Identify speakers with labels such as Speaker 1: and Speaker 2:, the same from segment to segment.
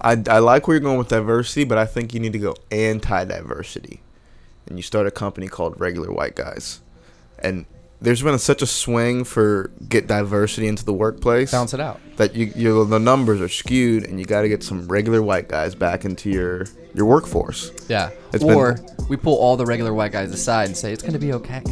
Speaker 1: I, I like where you're going with diversity, but I think you need to go anti diversity. And you start a company called Regular White Guys. And there's been such a swing for get diversity into the workplace
Speaker 2: Bounce it out.
Speaker 1: that you you the numbers are skewed and you got to get some regular white guys back into your your workforce.
Speaker 2: Yeah.
Speaker 1: It's been-
Speaker 2: or we pull all the regular white guys aside and say it's gonna be okay.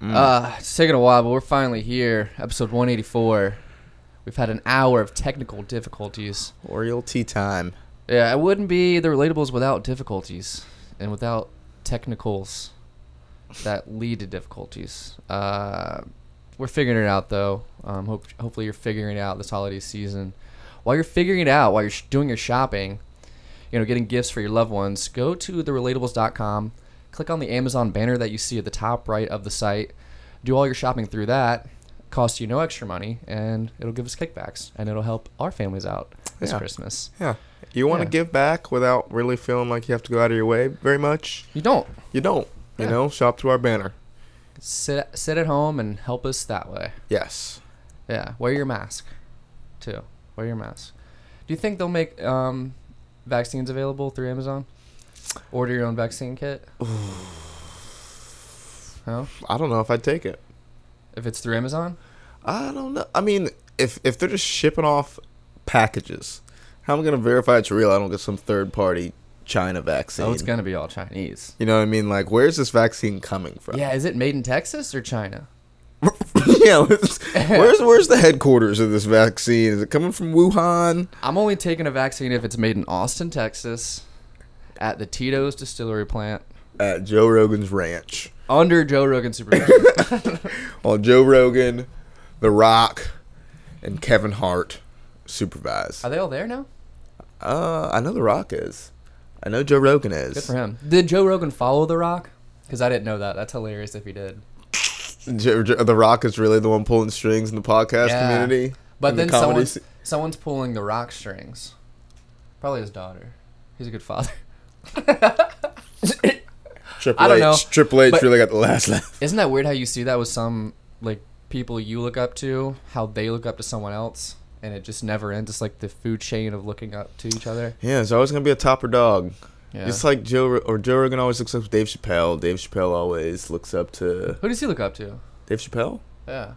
Speaker 2: Uh, it's taken a while, but we're finally here. Episode 184. We've had an hour of technical difficulties.
Speaker 1: Oriole tea time.
Speaker 2: Yeah, it wouldn't be the relatables without difficulties and without technicals that lead to difficulties. Uh, we're figuring it out though. Um, hope, hopefully you're figuring it out this holiday season. While you're figuring it out, while you're sh- doing your shopping, you know, getting gifts for your loved ones, go to therelatables.com, click on the Amazon banner that you see at the top right of the site, do all your shopping through that. Costs you no extra money, and it'll give us kickbacks, and it'll help our families out this
Speaker 1: Yeah.
Speaker 2: Christmas.
Speaker 1: Yeah. You want to
Speaker 2: Yeah.
Speaker 1: give back without really feeling like you have to go out of your way very much?
Speaker 2: You don't.
Speaker 1: You don't. You
Speaker 2: Yeah.
Speaker 1: know, shop through our banner.
Speaker 2: sit sit at home and help us that way.
Speaker 1: Yes.
Speaker 2: Yeah, wear your mask, too. Wear your mask. Do you think they'll make um, vaccines available through Amazon? Order your own vaccine kit. no,
Speaker 1: I don't know if I'd take it.
Speaker 2: if it's through Amazon,
Speaker 1: I don't know. I mean, if if they're just shipping off packages, how am I going to verify it's real? I don't get some third party China vaccine.
Speaker 2: oh, it's gonna be all Chinese.
Speaker 1: you know what I mean? Like, where's this vaccine coming from?
Speaker 2: Yeah, is it made in Texas or China?
Speaker 1: yeah, let's- where's where's the headquarters of this vaccine? Is it coming from Wuhan?
Speaker 2: I'm only taking a vaccine if it's made in Austin, Texas, at the Tito's distillery plant
Speaker 1: At Joe Rogan's ranch.
Speaker 2: under Joe Rogan supervision.
Speaker 1: On Joe Rogan, The Rock, and Kevin Hart supervise.
Speaker 2: Are they all there now?
Speaker 1: Uh, I know The Rock is. I know Joe Rogan
Speaker 2: Good
Speaker 1: is.
Speaker 2: for him. Did Joe Rogan follow The Rock? Because I didn't know that. That's hilarious if he did.
Speaker 1: Jo- Jo- the Rock is really the one pulling strings in the podcast
Speaker 2: Yeah.
Speaker 1: community.
Speaker 2: But
Speaker 1: in the
Speaker 2: then
Speaker 1: comedy
Speaker 2: someone's,
Speaker 1: sce-
Speaker 2: someone's pulling The Rock strings. Probably his daughter. He's a good father.
Speaker 1: Triple
Speaker 2: I don't
Speaker 1: H,
Speaker 2: know,
Speaker 1: Triple H
Speaker 2: but-
Speaker 1: really got the last laugh.
Speaker 2: Isn't that weird how you see that with some like people you look up to, how they look up to someone else, and it just never ends. It's like the food chain of looking up to each other.
Speaker 1: Yeah, it's always gonna be a topper dog.
Speaker 2: Yeah.
Speaker 1: Just like Joe Ro- or Joe Rogan always looks up to Dave Chappelle. Dave Chappelle always looks up to
Speaker 2: Who does he look up to?
Speaker 1: Dave Chappelle.
Speaker 2: Yeah.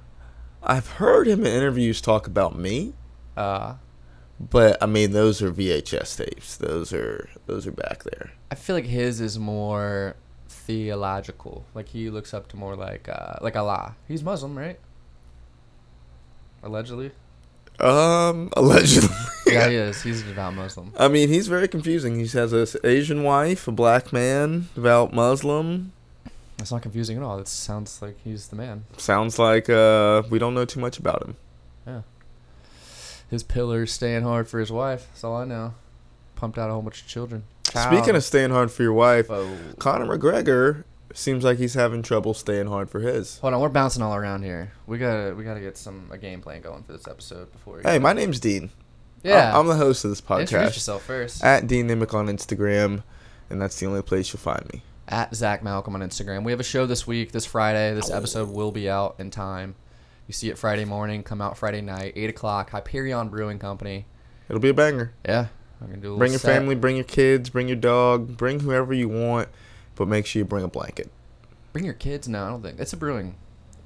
Speaker 1: I've heard him in interviews talk about me,
Speaker 2: Uh,
Speaker 1: but I mean those are VHS tapes. Those are those are back there.
Speaker 2: I feel like his is more theological. Like he looks up to more like uh, like Allah. He's Muslim, right? Allegedly.
Speaker 1: Um, allegedly.
Speaker 2: Yeah, he is. He's a devout Muslim.
Speaker 1: I mean, he's very confusing. He has an Asian wife, a black man, devout Muslim.
Speaker 2: That's not confusing at all. It sounds like he's the man.
Speaker 1: Sounds like uh, we don't know too much about him.
Speaker 2: His pillars staying hard for his wife. That's all I know. Pumped out a whole bunch of children.
Speaker 1: Speaking of staying hard for your wife,
Speaker 2: Oh.
Speaker 1: Conor McGregor seems like he's having trouble staying hard for his.
Speaker 2: Hold on, we're bouncing all around here. We gotta we gotta get some a game plan going for this episode before. we-
Speaker 1: Hey, my name's Dean.
Speaker 2: yeah.
Speaker 1: I'm, I'm the host of this
Speaker 2: Introduce
Speaker 1: podcast.
Speaker 2: yourself first.
Speaker 1: At Dean Nimick on Instagram, and that's the only place you'll find me.
Speaker 2: at Zach Malcolm on Instagram. We have a show this week, this Friday. This episode will be out in time. You see it Friday morning, come out Friday night, eight o'clock. Hyperion Brewing Company.
Speaker 1: It'll be a banger.
Speaker 2: Yeah, I'm gonna do a little
Speaker 1: Bring your
Speaker 2: set.
Speaker 1: family, bring your kids, bring your dog, bring whoever you want, but make sure you bring a blanket.
Speaker 2: Bring your kids. No, I don't think it's a brewing.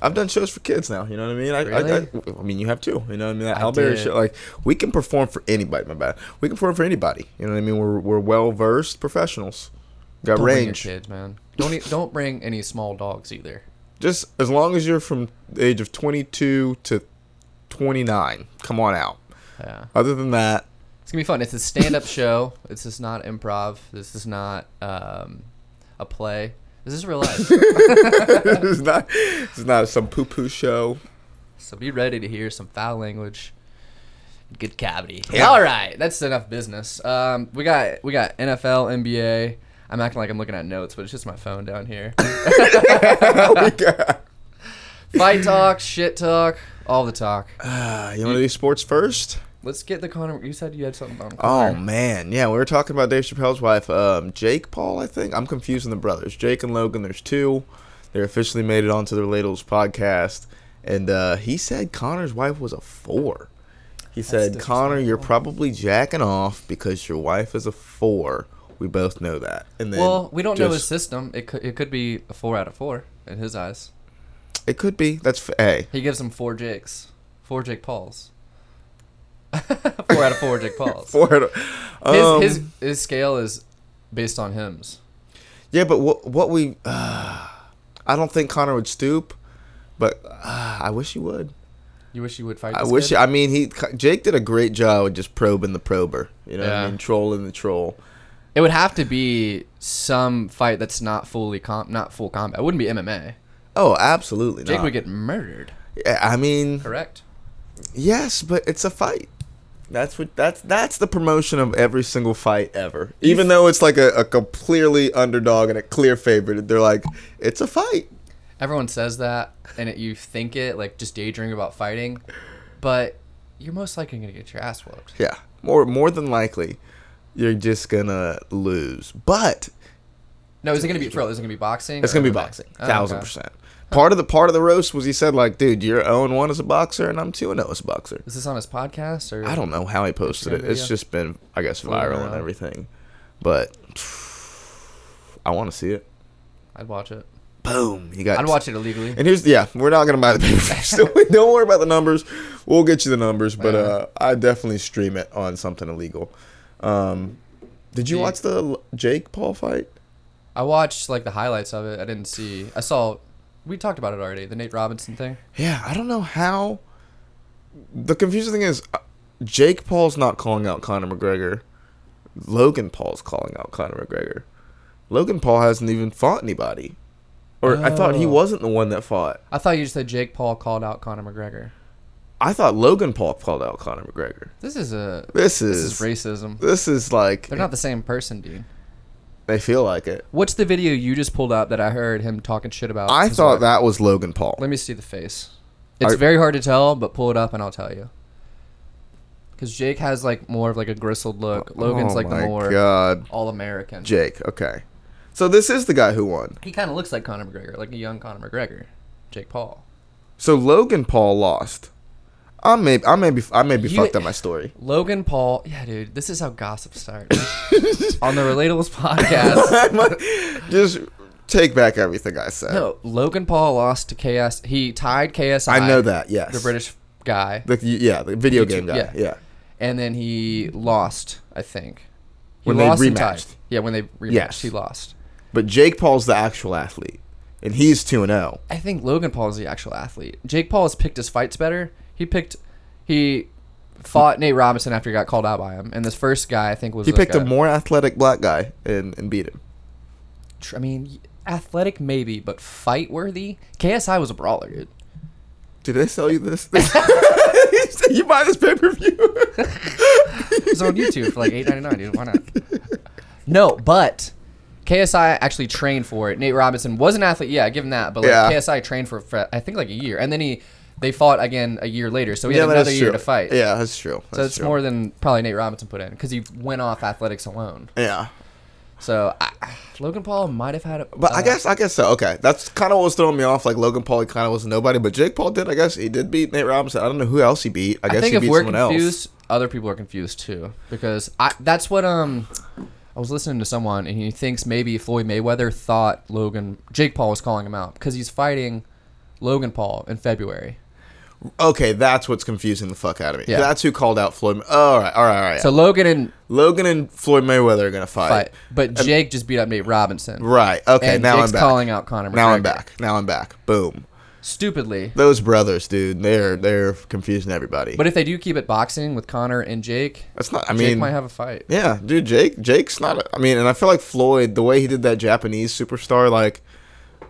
Speaker 1: I've done shows for kids now. You know what I mean? I, I,
Speaker 2: Really?
Speaker 1: I, I mean, you have too. You know what I mean? That
Speaker 2: I
Speaker 1: Alberta
Speaker 2: did.
Speaker 1: show, like we can perform for anybody. My bad. We can perform for anybody. You know what I mean? We're we're well versed professionals. Got
Speaker 2: Don't
Speaker 1: range.
Speaker 2: bring your kids, man. Don't e- don't bring any small dogs either.
Speaker 1: Just as long as you're from the age of 22 to 29, come on out.
Speaker 2: Yeah,
Speaker 1: Other than that,
Speaker 2: it's gonna be fun. It's a stand-up show. This is not improv. This is not um, a play. This is real life.
Speaker 1: it's not it's not some poo poo show.
Speaker 2: So be ready to hear some foul language. Good cavity.
Speaker 1: Yeah.
Speaker 2: All right, that's enough business. Um, we got we got NFL, NBA. I'm acting like I'm looking at notes, but it's just my phone down here. Fight talk, shit talk, all the talk.
Speaker 1: Ah, you want to do sports first?
Speaker 2: Let's get the Conor. You said you had something on
Speaker 1: Oh
Speaker 2: Conor.
Speaker 1: man, yeah, we were talking about Dave Chappelle's wife, um, Jake Paul. I think I'm confusing the brothers, Jake and Logan. There's two. They officially made it onto the Relatals podcast, and uh, he said Connor's wife was a four. He said, "Connor, you're probably jacking off because your wife is a four. We both know that." And then
Speaker 2: well, we don't know his
Speaker 1: just-
Speaker 2: system. It could it could be a four out of four in his eyes.
Speaker 1: It could be. That's f- hey.
Speaker 2: He gives him four Jakes, four Jake Pauls. four out of four Jake Pauls.
Speaker 1: Four. out of-
Speaker 2: His,
Speaker 1: Um,
Speaker 2: his his scale is based on hymns.
Speaker 1: Yeah, but what what we uh, I don't think Connor would stoop, but uh, I wish he would.
Speaker 2: You wish you would fight.
Speaker 1: I
Speaker 2: this
Speaker 1: wish.
Speaker 2: kid?
Speaker 1: I mean, he Jake did a great job with just probing the prober. You know, what
Speaker 2: Yeah.
Speaker 1: I mean, trolling the troll.
Speaker 2: It would have to be some fight that's not fully com not full combat. It wouldn't be MMA.
Speaker 1: Oh, absolutely.
Speaker 2: Jake
Speaker 1: not.
Speaker 2: would get murdered.
Speaker 1: Yeah, I mean,
Speaker 2: Correct.
Speaker 1: yes, but it's a fight. That's what that's that's the promotion of every single fight ever. Even though it's like a, a clearly underdog and a clear favorite, they're like, it's a fight.
Speaker 2: Everyone says that, and it, you think it like just daydream about fighting, but you're most likely gonna get your ass whooped.
Speaker 1: Yeah, more more than likely, you're just gonna lose. But
Speaker 2: No, is it gonna be pro? Is it gonna be boxing?
Speaker 1: it's
Speaker 2: or
Speaker 1: gonna be
Speaker 2: MMA?
Speaker 1: boxing,
Speaker 2: Oh,
Speaker 1: thousand
Speaker 2: okay.
Speaker 1: percent. Part of the part of the roast was he said like, dude, you're zero and one as a boxer, and I'm two and zero as a boxer.
Speaker 2: Is this on his podcast or?
Speaker 1: I don't know how he posted it.
Speaker 2: Instagram
Speaker 1: It's
Speaker 2: video?
Speaker 1: just been, I guess,
Speaker 2: Floating
Speaker 1: viral and
Speaker 2: around.
Speaker 1: everything. But I want to see it.
Speaker 2: I'd watch it.
Speaker 1: Boom! You got.
Speaker 2: I'd watch it illegally.
Speaker 1: And here's yeah, we're not gonna buy the pay per view. So we- don't worry about the numbers. We'll get you the numbers, but
Speaker 2: Yeah.
Speaker 1: uh, I definitely stream it on something illegal. Um, did you
Speaker 2: Jake-
Speaker 1: watch the L- Jake Paul fight?
Speaker 2: I watched like the highlights of it. I didn't see. I saw. We talked about it already. The Nate Robinson thing.
Speaker 1: Yeah, I don't know how. The confusing thing is, uh, Jake Paul's not calling out Conor McGregor. Logan Paul's calling out Conor McGregor. Logan Paul hasn't even fought anybody, or I thought he
Speaker 2: Oh.
Speaker 1: wasn't the one that fought.
Speaker 2: I thought you just said Jake Paul called out Conor McGregor.
Speaker 1: I thought Logan Paul called out Conor McGregor.
Speaker 2: This is a.
Speaker 1: This is
Speaker 2: This is racism.
Speaker 1: This is like
Speaker 2: They're not the same person, dude.
Speaker 1: They feel like it.
Speaker 2: What's the video you just pulled up that I heard him talking shit about?
Speaker 1: I
Speaker 2: his
Speaker 1: thought
Speaker 2: wife?
Speaker 1: that was Logan Paul.
Speaker 2: Let me see the face. It's
Speaker 1: I-
Speaker 2: very hard to tell, but pull it up and I'll tell you. Because Jake has like more of like a gristled look. Logan's
Speaker 1: Oh
Speaker 2: like the
Speaker 1: my
Speaker 2: more
Speaker 1: God,
Speaker 2: all American.
Speaker 1: Jake. Okay, so this is the guy who won.
Speaker 2: He kind of looks like Conor McGregor, like a young Conor McGregor. Jake Paul.
Speaker 1: So Logan Paul lost. I may, I may be, I may be
Speaker 2: You-
Speaker 1: fucked up my story.
Speaker 2: Logan Paul. Yeah, dude. This is how gossip starts. On the Relatables podcast.
Speaker 1: Just take back everything I said.
Speaker 2: No, Logan Paul lost to KS. He tied KSI.
Speaker 1: I know that. Yes,
Speaker 2: The British guy.
Speaker 1: The, yeah, the video game guy.
Speaker 2: yeah.
Speaker 1: Yeah. yeah,
Speaker 2: and then he lost. I think he
Speaker 1: When they
Speaker 2: lost and tied.
Speaker 1: rematched.
Speaker 2: Yeah, when they rematched,
Speaker 1: Yes.
Speaker 2: he lost.
Speaker 1: but Jake Paul's the actual athlete, and he's two and oh. zero.
Speaker 2: I think Logan Paul is the actual athlete. Jake Paul has picked his fights better. He picked, he fought Nate Robinson after he got called out by him, and this first guy I think was
Speaker 1: He
Speaker 2: like
Speaker 1: picked a more athletic black guy and, and beat him.
Speaker 2: tr- I mean, athletic maybe, but fight worthy. KSI was a brawler, dude.
Speaker 1: Did they sell you this? you buy this pay per view?
Speaker 2: It's on YouTube for like eight ninety nine, dude. Why not? No, but KSI actually trained for it. Nate Robinson was an athlete, yeah, give him that. But like
Speaker 1: Yeah.
Speaker 2: KSI trained for, for I think like a year, and then he they fought again a year later, so he
Speaker 1: Yeah,
Speaker 2: had
Speaker 1: but
Speaker 2: another
Speaker 1: that's
Speaker 2: year
Speaker 1: true.
Speaker 2: to fight.
Speaker 1: Yeah, that's true.
Speaker 2: so
Speaker 1: That's
Speaker 2: it's
Speaker 1: true.
Speaker 2: more than probably Nate Robinson put in because he went off athletics alone.
Speaker 1: Yeah,
Speaker 2: So I, Logan Paul might have had, a,
Speaker 1: but I
Speaker 2: uh,
Speaker 1: guess I guess so. Okay, that's kind of what was throwing me off. Like Logan Paul, he kind of was nobody, but Jake Paul did. I guess he did beat Nate Robinson. I don't know who else he beat. I,
Speaker 2: I
Speaker 1: guess
Speaker 2: think
Speaker 1: he
Speaker 2: if
Speaker 1: beat
Speaker 2: we're
Speaker 1: someone
Speaker 2: confused, other people are confused too because I that's what um I was listening to someone and he thinks maybe Floyd Mayweather thought Logan Jake Paul was calling him out because he's fighting Logan Paul in February.
Speaker 1: else. Okay, that's what's confusing the fuck out of me.
Speaker 2: Yeah.
Speaker 1: That's who called out Floyd. Oh, all right, all right, all right. So
Speaker 2: So Logan and
Speaker 1: Logan and Floyd Mayweather are gonna fight.
Speaker 2: but, but Jake just beat up Nate Robinson.
Speaker 1: Right. Okay.
Speaker 2: and
Speaker 1: now
Speaker 2: Jake's
Speaker 1: I'm back.
Speaker 2: calling out Conor.
Speaker 1: now I'm
Speaker 2: McGregor.
Speaker 1: back. Now I'm back. Boom.
Speaker 2: Stupidly,
Speaker 1: Those brothers, dude. They're they're confusing everybody.
Speaker 2: but if they do keep it boxing with Conor and Jake,
Speaker 1: that's not. I
Speaker 2: Jake
Speaker 1: mean,
Speaker 2: might have a fight.
Speaker 1: Yeah, dude, Jake. Jake's not. A, I mean, and I feel like Floyd, the way he did that Japanese superstar, like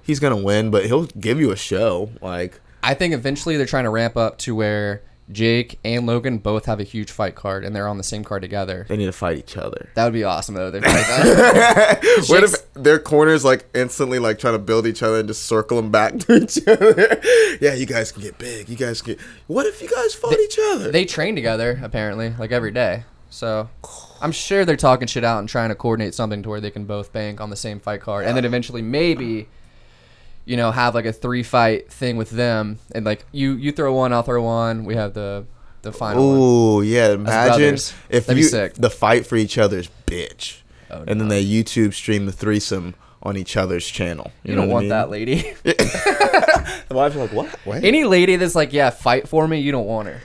Speaker 1: he's gonna win, but he'll give you a show. Like,
Speaker 2: I think eventually they're trying to ramp up to where Jake and Logan both have a huge fight card, and they're on the same card together.
Speaker 1: They need to fight each other.
Speaker 2: That would be awesome though. They're like, "Oh."
Speaker 1: What if
Speaker 2: Jake's-
Speaker 1: their corners like instantly like trying to build each other and just circle them back to each other? yeah, you guys can get big. You guys can. Get... What if you guys fought each other?
Speaker 2: they train together apparently, like every day. So I'm sure they're talking shit out and trying to coordinate something to where they can both bank on the same fight card, and then eventually maybe, you know, have like a three fight thing with them, and like you you throw one, I'll throw one. We have the the final. one.
Speaker 1: Ooh, yeah. Imagine
Speaker 2: brothers.
Speaker 1: if
Speaker 2: That'd be
Speaker 1: you
Speaker 2: sick.
Speaker 1: the fight for each other's bitch,
Speaker 2: Oh,
Speaker 1: and then they YouTube stream the threesome on each other's channel. You,
Speaker 2: You
Speaker 1: know
Speaker 2: don't
Speaker 1: what
Speaker 2: want
Speaker 1: I
Speaker 2: that
Speaker 1: mean?
Speaker 2: lady.
Speaker 1: The wife's like, what? What?
Speaker 2: Any lady that's like, yeah, fight for me, you don't want her.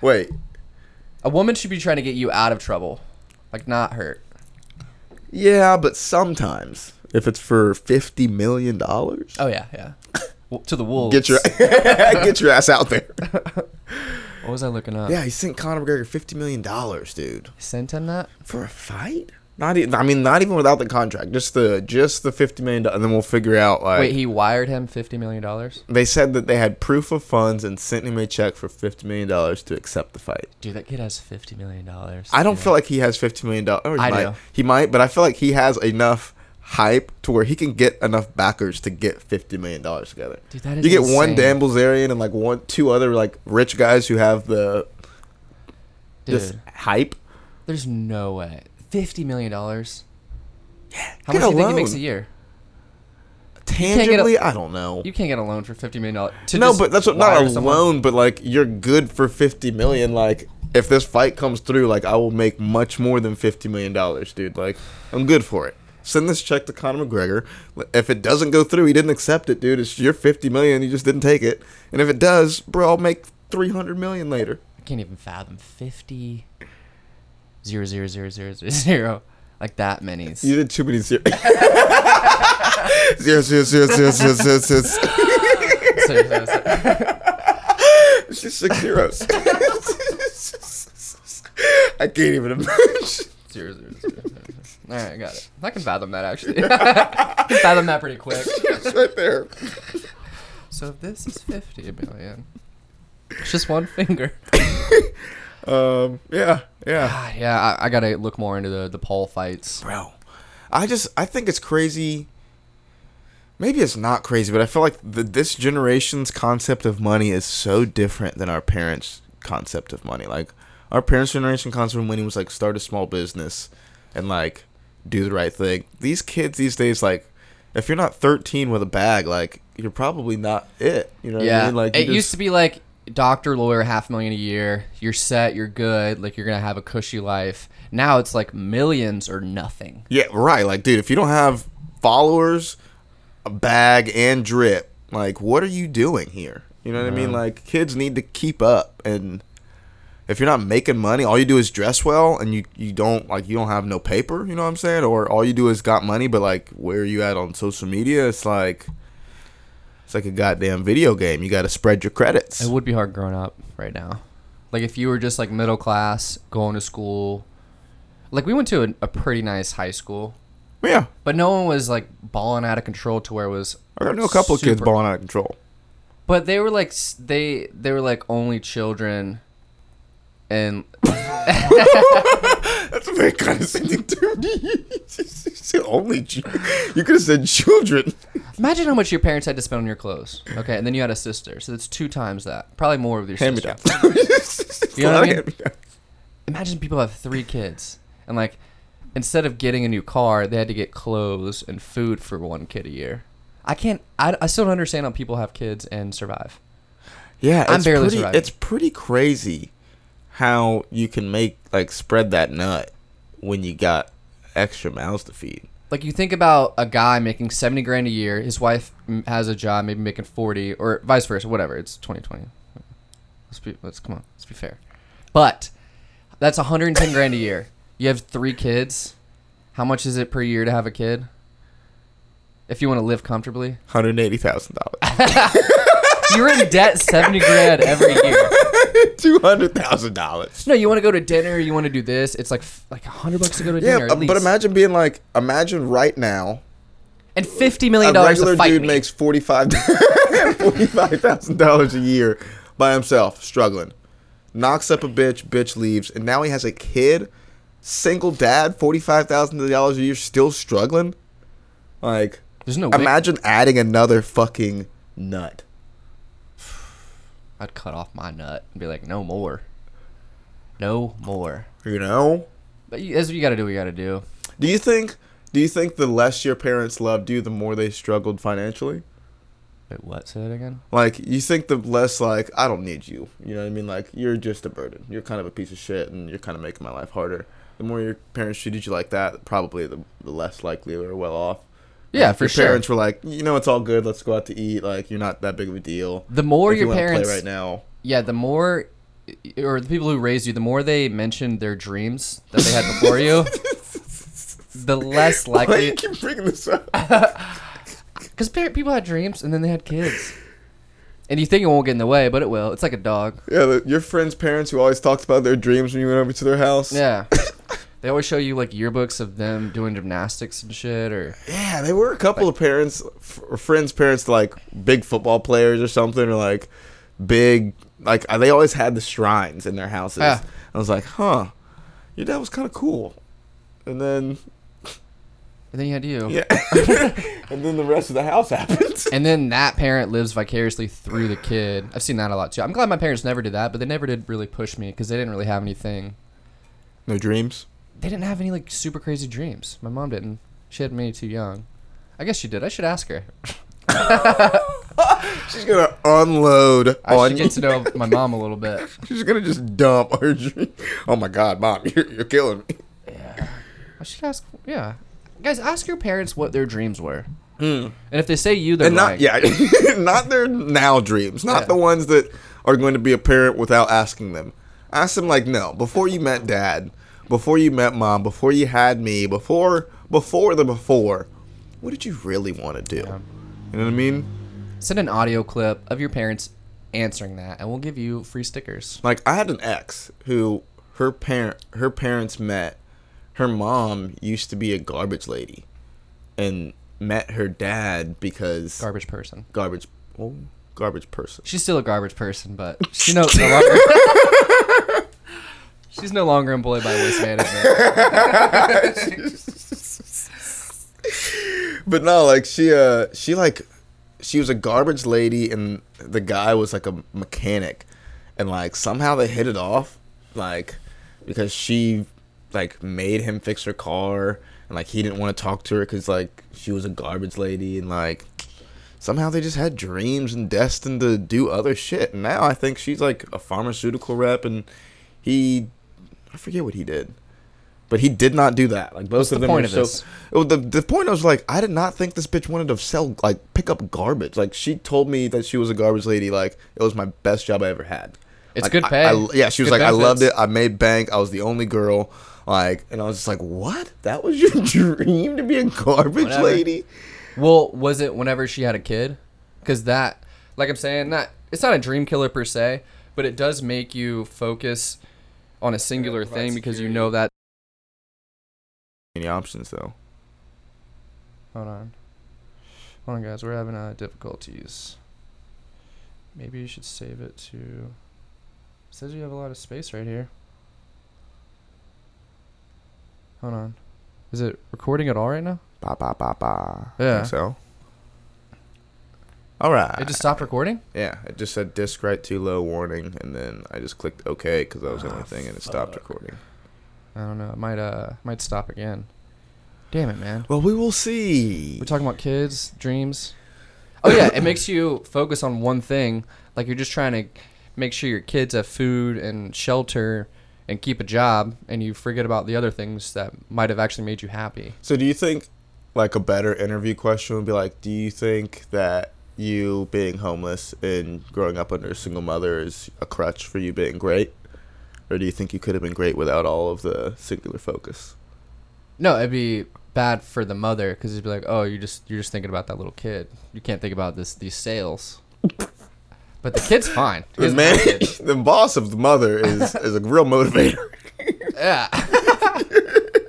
Speaker 1: Wait.
Speaker 2: A woman should be trying to get you out of trouble, like not hurt.
Speaker 1: Yeah, but sometimes if it's for fifty million dollars,
Speaker 2: Oh yeah, yeah. W- to the wolves.
Speaker 1: get your get your ass out there.
Speaker 2: What was I looking up?
Speaker 1: Yeah, he sent Conor McGregor fifty million dollars, dude,
Speaker 2: Sent him that.
Speaker 1: for a fight. Not even. I mean, not even without the contract. Just the just the fifty million, and then we'll figure out. Like,
Speaker 2: Wait, he wired him fifty million dollars.
Speaker 1: they said that they had proof of funds and sent him a check for fifty million dollars to accept the fight.
Speaker 2: Dude, that kid has fifty million dollars.
Speaker 1: I don't feel like he has fifty million dollars.
Speaker 2: I
Speaker 1: might.
Speaker 2: do.
Speaker 1: He might, but I feel like he has enough hype to where he can get enough backers to get fifty million dollars together.
Speaker 2: Dude, that is
Speaker 1: You get one
Speaker 2: insane.
Speaker 1: Dan Bilzerian and like one two other like rich guys who have the
Speaker 2: Dude,
Speaker 1: this hype.
Speaker 2: there's no way. Fifty million dollars. Yeah. How
Speaker 1: get
Speaker 2: much do you think
Speaker 1: a
Speaker 2: he makes a
Speaker 1: loan.
Speaker 2: year? can't get a-
Speaker 1: Tangibly, I don't know.
Speaker 2: You can't get a loan for fifty million dollars.
Speaker 1: No, but that's what, not a loan, but like you're good for fifty million. Like if this fight comes through, like I will make much more than fifty million dollars, dude. Like I'm good for it. Send this check to Conor McGregor. If it doesn't go through, he didn't accept it, dude. It's your fifty million. You just didn't take it. And if it does, bro, I'll make three hundred million later.
Speaker 2: I can't even fathom fifty. Zero zero zero zero zero zero. Like that many.
Speaker 1: You did too many zero. zero, zero, zero, zero, zero, zero, zero, zero. It's just six zeros. I can't even imagine.
Speaker 2: Zero, zero, zero, zero, zero. All right, I got it. I can fathom that actually. I can fathom that pretty quick.
Speaker 1: It's right there.
Speaker 2: So if this is fifty million, it's just one finger.
Speaker 1: Um, yeah, yeah.
Speaker 2: God, yeah, I, I gotta look more into the the Paul fights.
Speaker 1: Bro, I just I think it's crazy. Maybe it's not crazy, but I feel like the, this generation's concept of money is so different than our parents' concept of money. Like our parents' generation concept of money was like start a small business and like do the right thing. These kids these days, like if you're not 13 with a bag, like you're probably not it. You know what I
Speaker 2: Yeah,
Speaker 1: mean? Like
Speaker 2: it used to be like doctor, lawyer, half million a year. You're set. You're good. Like you're gonna have a cushy life. Now it's like millions or nothing.
Speaker 1: Yeah, right. Like, dude, if you don't have followers, a bag, and drip, like, what are you doing here? You know what I mean? Like, kids need to keep up, and if you're not making money, all you do is dress well, and you you don't like you don't have no paper. You know what I'm saying? Or all you do is got money, but like, where are you at on social media? It's like. It's like a goddamn video game. You got to spread your credits.
Speaker 2: It would be hard growing up right now. Like if you were just like middle class, going to school. Like we went to a, a pretty nice high school,
Speaker 1: Yeah,
Speaker 2: but no one was like balling out of control to where it was.
Speaker 1: I know a couple of kids
Speaker 2: super-
Speaker 1: balling out of control.
Speaker 2: But they were like s- they they were like only children, and
Speaker 1: That's a very condescending term. you said only ch- you could have said children.
Speaker 2: imagine how much your parents had to spend on your clothes. Okay, and then you had a sister, so that's two times that. Probably more with your sister. You know what I mean? Imagine people have three kids, and like instead of getting a new car, they had to get clothes and food for one kid a year. I can't. I, I still don't understand how people have kids and survive.
Speaker 1: Yeah, it's
Speaker 2: I'm barely
Speaker 1: pretty,
Speaker 2: surviving.
Speaker 1: It's pretty crazy how you can make like spread that nut when you got extra mouths to feed.
Speaker 2: like you think about a guy making 70 grand a year his wife m- has a job maybe making 40 or vice versa whatever it's 2020 let's be let's come on let's be fair but that's 110 grand a year you have three kids how much is it per year to have a kid if you want to live comfortably
Speaker 1: Hundred eighty thousand dollars,
Speaker 2: you're in debt 70 grand every year
Speaker 1: two hundred thousand dollars.
Speaker 2: no you want to go to dinner you want to do this it's like f- like 100 bucks to go to dinner
Speaker 1: Yeah, but
Speaker 2: at least.
Speaker 1: imagine being like, imagine right now
Speaker 2: and 50 million
Speaker 1: a
Speaker 2: dollars
Speaker 1: regular
Speaker 2: to fight
Speaker 1: dude
Speaker 2: me.
Speaker 1: makes forty five forty five thousand dollars a year, by himself, struggling. Knocks up a bitch, bitch leaves, and now he has a kid, single dad, forty five thousand dollars a year, still struggling. Like,
Speaker 2: There's no way.
Speaker 1: imagine adding another fucking nut.
Speaker 2: I'd cut off my nut and be like, no more. No more.
Speaker 1: You know?
Speaker 2: But you, that's what you got to do. What you got to do.
Speaker 1: Do you think? Do you think the less your parents loved you, the more they struggled financially?
Speaker 2: Wait, what? Say that again.
Speaker 1: Like, you think the less like I don't need you. You know what I mean? Like, you're just a burden. You're kind of a piece of shit, and you're kind of making my life harder. The more your parents treated you like that, probably the, the less likely you were well off.
Speaker 2: Yeah,
Speaker 1: Like,
Speaker 2: for
Speaker 1: your
Speaker 2: sure.
Speaker 1: Parents were like, you know, it's all good. Let's go out to eat. Like, you're not that big of a deal.
Speaker 2: the more
Speaker 1: If you
Speaker 2: your
Speaker 1: wanna
Speaker 2: parents,
Speaker 1: play right now,
Speaker 2: yeah, the more, or the people who raised you, the more they mentioned their dreams that they had before you, the less
Speaker 1: why do you
Speaker 2: likely.
Speaker 1: keep bringing this up?
Speaker 2: Because people had dreams and then they had kids, and you think it won't get in the way, but it will. It's like a dog.
Speaker 1: yeah, the, your friends' parents who always talked about their dreams when you went over to their house.
Speaker 2: Yeah. They always show you like yearbooks of them doing gymnastics and shit, or
Speaker 1: Yeah, there were a couple of parents, f- or friends' parents, like big football players or something, or like big, like uh, they always had the shrines in their houses.
Speaker 2: Yeah.
Speaker 1: I was like, huh, your dad was kind of cool. And then,
Speaker 2: and then you had you.
Speaker 1: yeah. and then the rest of the house happened.
Speaker 2: And then that parent lives vicariously through the kid. I've seen that a lot too. I'm glad my parents never did that, but they never did really push me because they didn't really have anything.
Speaker 1: No dreams.
Speaker 2: They didn't have any like super crazy dreams. My mom didn't. She had me too young. I guess she did. I should ask her.
Speaker 1: She's going to unload
Speaker 2: I
Speaker 1: on
Speaker 2: should
Speaker 1: you.
Speaker 2: get to know my mom a little bit.
Speaker 1: She's going to just dump her dream. Oh my God, mom, you're, you're killing me.
Speaker 2: Yeah. I should ask. Yeah. Guys, ask your parents what their dreams were.
Speaker 1: Hmm.
Speaker 2: And if they say you, they're
Speaker 1: and not
Speaker 2: lying.
Speaker 1: yeah, not their now dreams, not
Speaker 2: Yeah.
Speaker 1: the ones that are going to be a parent without asking them. Ask them like, no, before you met dad, before you met mom, before you had me, before before the before, what did you really want to do?
Speaker 2: Yeah.
Speaker 1: You know what I mean?
Speaker 2: Send an audio clip of your parents answering that, and we'll give you free stickers.
Speaker 1: Like I had an ex who her parent her parents met. Her mom used to be a garbage lady, and met her dad because
Speaker 2: Garbage person.
Speaker 1: garbage oh, garbage person.
Speaker 2: She's still a garbage person, but she no, no longer. She's no longer employed by Waste Management.
Speaker 1: But no, like she uh she like she was a garbage lady and the guy was like a mechanic and like somehow they hit it off like because she like made him fix her car and like he didn't want to talk to her cuz like she was a garbage lady and like somehow they just had dreams and destined to do other shit. And now I think she's like a pharmaceutical rep and he I forget what he did. But he did not do that. Like both
Speaker 2: What's
Speaker 1: of
Speaker 2: the
Speaker 1: them
Speaker 2: point
Speaker 1: are
Speaker 2: of
Speaker 1: so
Speaker 2: this?
Speaker 1: well, the the point was like I did not think this bitch wanted to sell like pick up garbage. Like she told me that she was a garbage lady. Like it was my best job I ever had.
Speaker 2: It's
Speaker 1: Like,
Speaker 2: good
Speaker 1: I-
Speaker 2: pay.
Speaker 1: I- yeah, she was
Speaker 2: Good
Speaker 1: like I loved it.
Speaker 2: benefits.
Speaker 1: I made bank. I was the only girl. Like and I was just like, what? That was your dream to be a garbage
Speaker 2: Whatever.
Speaker 1: lady?
Speaker 2: Well, was it whenever she had a kid? Because that, like I'm saying, that it's not a dream killer per se, but it does make you focus on a singular
Speaker 1: provides
Speaker 2: thing because you
Speaker 1: security.
Speaker 2: know that.
Speaker 1: Any options though?
Speaker 2: Hold on, hold on, guys. We're having uh, difficulties. Maybe you should save it to. Says you have a lot of space right here. Hold on. Is it recording at all right now?
Speaker 1: Ba ba ba ba. I
Speaker 2: Yeah.
Speaker 1: think so. All right.
Speaker 2: It just stopped recording?
Speaker 1: yeah, it just said disk right too low warning, and then I just clicked OK because that was
Speaker 2: Ah,
Speaker 1: the only thing, and it stopped recording.
Speaker 2: I don't know. It might uh might stop again. Damn it, man.
Speaker 1: Well, we will see.
Speaker 2: We're talking about kids, dreams. Oh yeah, it makes you focus on one thing. Like you're just trying to make sure your kids have food and shelter and keep a job and you forget about the other things that might have actually made you happy.
Speaker 1: So, do you think like a better interview question would be like, do you think that you being homeless and growing up under a single mother is a crutch for you being great, or do you think you could have been great without all of the singular focus?
Speaker 2: No, it'd be bad for the mother cuz it'd be like, "Oh, you just you're just thinking about that little kid. You can't think about this these sales." But the kid's fine.
Speaker 1: The
Speaker 2: He doesn't have
Speaker 1: man,
Speaker 2: kids.
Speaker 1: the boss of the mother is is a real motivator.
Speaker 2: Yeah.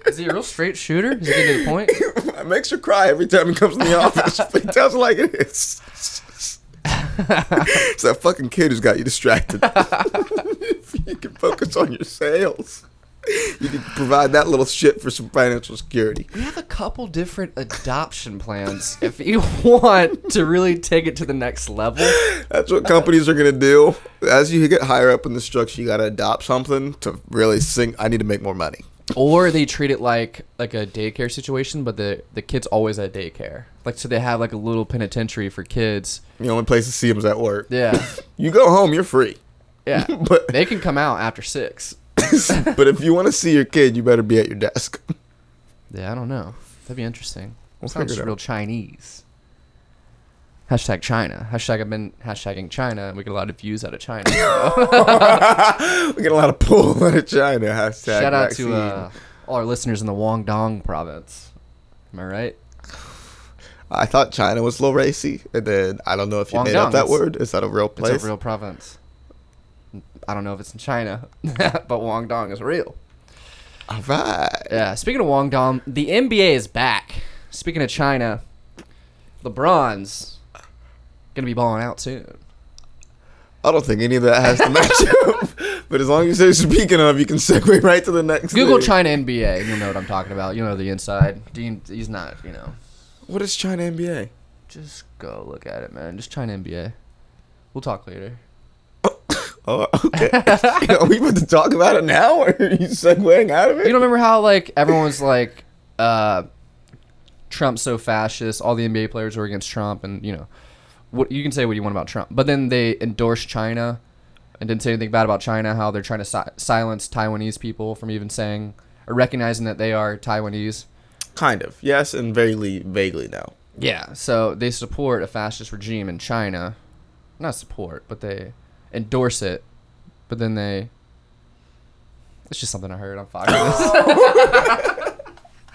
Speaker 2: Is he a real straight shooter? Is he getting to the point?
Speaker 1: it makes her cry every time he comes in the office. but he tells her like it is. it's that fucking kid who's got you distracted. If you can focus on your sales. You can provide that little shit for some financial security.
Speaker 2: We have a couple different adoption plans if you want to really take it to the next level.
Speaker 1: That's what companies are gonna do. As you get higher up in the structure, you gotta adopt something to really sink. I need to make more money.
Speaker 2: Or they treat it like like a daycare situation, but the the kid's always at daycare. Like so they have like a little penitentiary for kids.
Speaker 1: The only place to see them is at work.
Speaker 2: Yeah.
Speaker 1: You go home, you're free.
Speaker 2: Yeah.
Speaker 1: But-
Speaker 2: they can come out after 6.
Speaker 1: but if you want to see your kid, you better be at your desk.
Speaker 2: Yeah, I don't know. That'd be interesting.
Speaker 1: We'll
Speaker 2: Sounds
Speaker 1: figure it
Speaker 2: real Chinese. Hashtag China. Hashtag I've been hashtagging China. and We get a lot of views out of China.
Speaker 1: we get a lot of pull out of China. Hashtag
Speaker 2: Shout out
Speaker 1: vaccine.
Speaker 2: to uh, all our listeners in the Guangdong province. Am I right?
Speaker 1: I thought China was a little racy, and then I don't know if you made
Speaker 2: Guangdong,
Speaker 1: up that
Speaker 2: it's-
Speaker 1: word. Is that a real place?
Speaker 2: It's a real province. I don't know if it's in China, but Guangdong is real.
Speaker 1: All right.
Speaker 2: Yeah. Speaking of Guangdong, the NBA is back. Speaking of China, LeBron's gonna be balling out soon.
Speaker 1: I don't think any of that has to match up. But as long as you're speaking of, you can segue right to the next.
Speaker 2: Google
Speaker 1: thing.
Speaker 2: China NBA, and you'll know what I'm talking about. You'll know the inside. Dean, he's not. You know.
Speaker 1: What is China NBA?
Speaker 2: Just go look at it, man. Just China NBA. We'll talk later.
Speaker 1: Oh, okay. Are we about to talk about it now, or are you segueing out of
Speaker 2: You
Speaker 1: it?
Speaker 2: don't remember how like everyone was like, uh, Trump's so fascist. All the NBA players were against Trump, and you know, what you can say what you want about Trump, but then they endorsed China, and didn't say anything bad about China. How they're trying to si- silence Taiwanese people from even saying or recognizing that they are Taiwanese.
Speaker 1: Kind of. Yes, and very le- vaguely no.
Speaker 2: Yeah. So they support a fascist regime in China, not support, but they endorse it. But then they. It's just something I heard on Fox. News.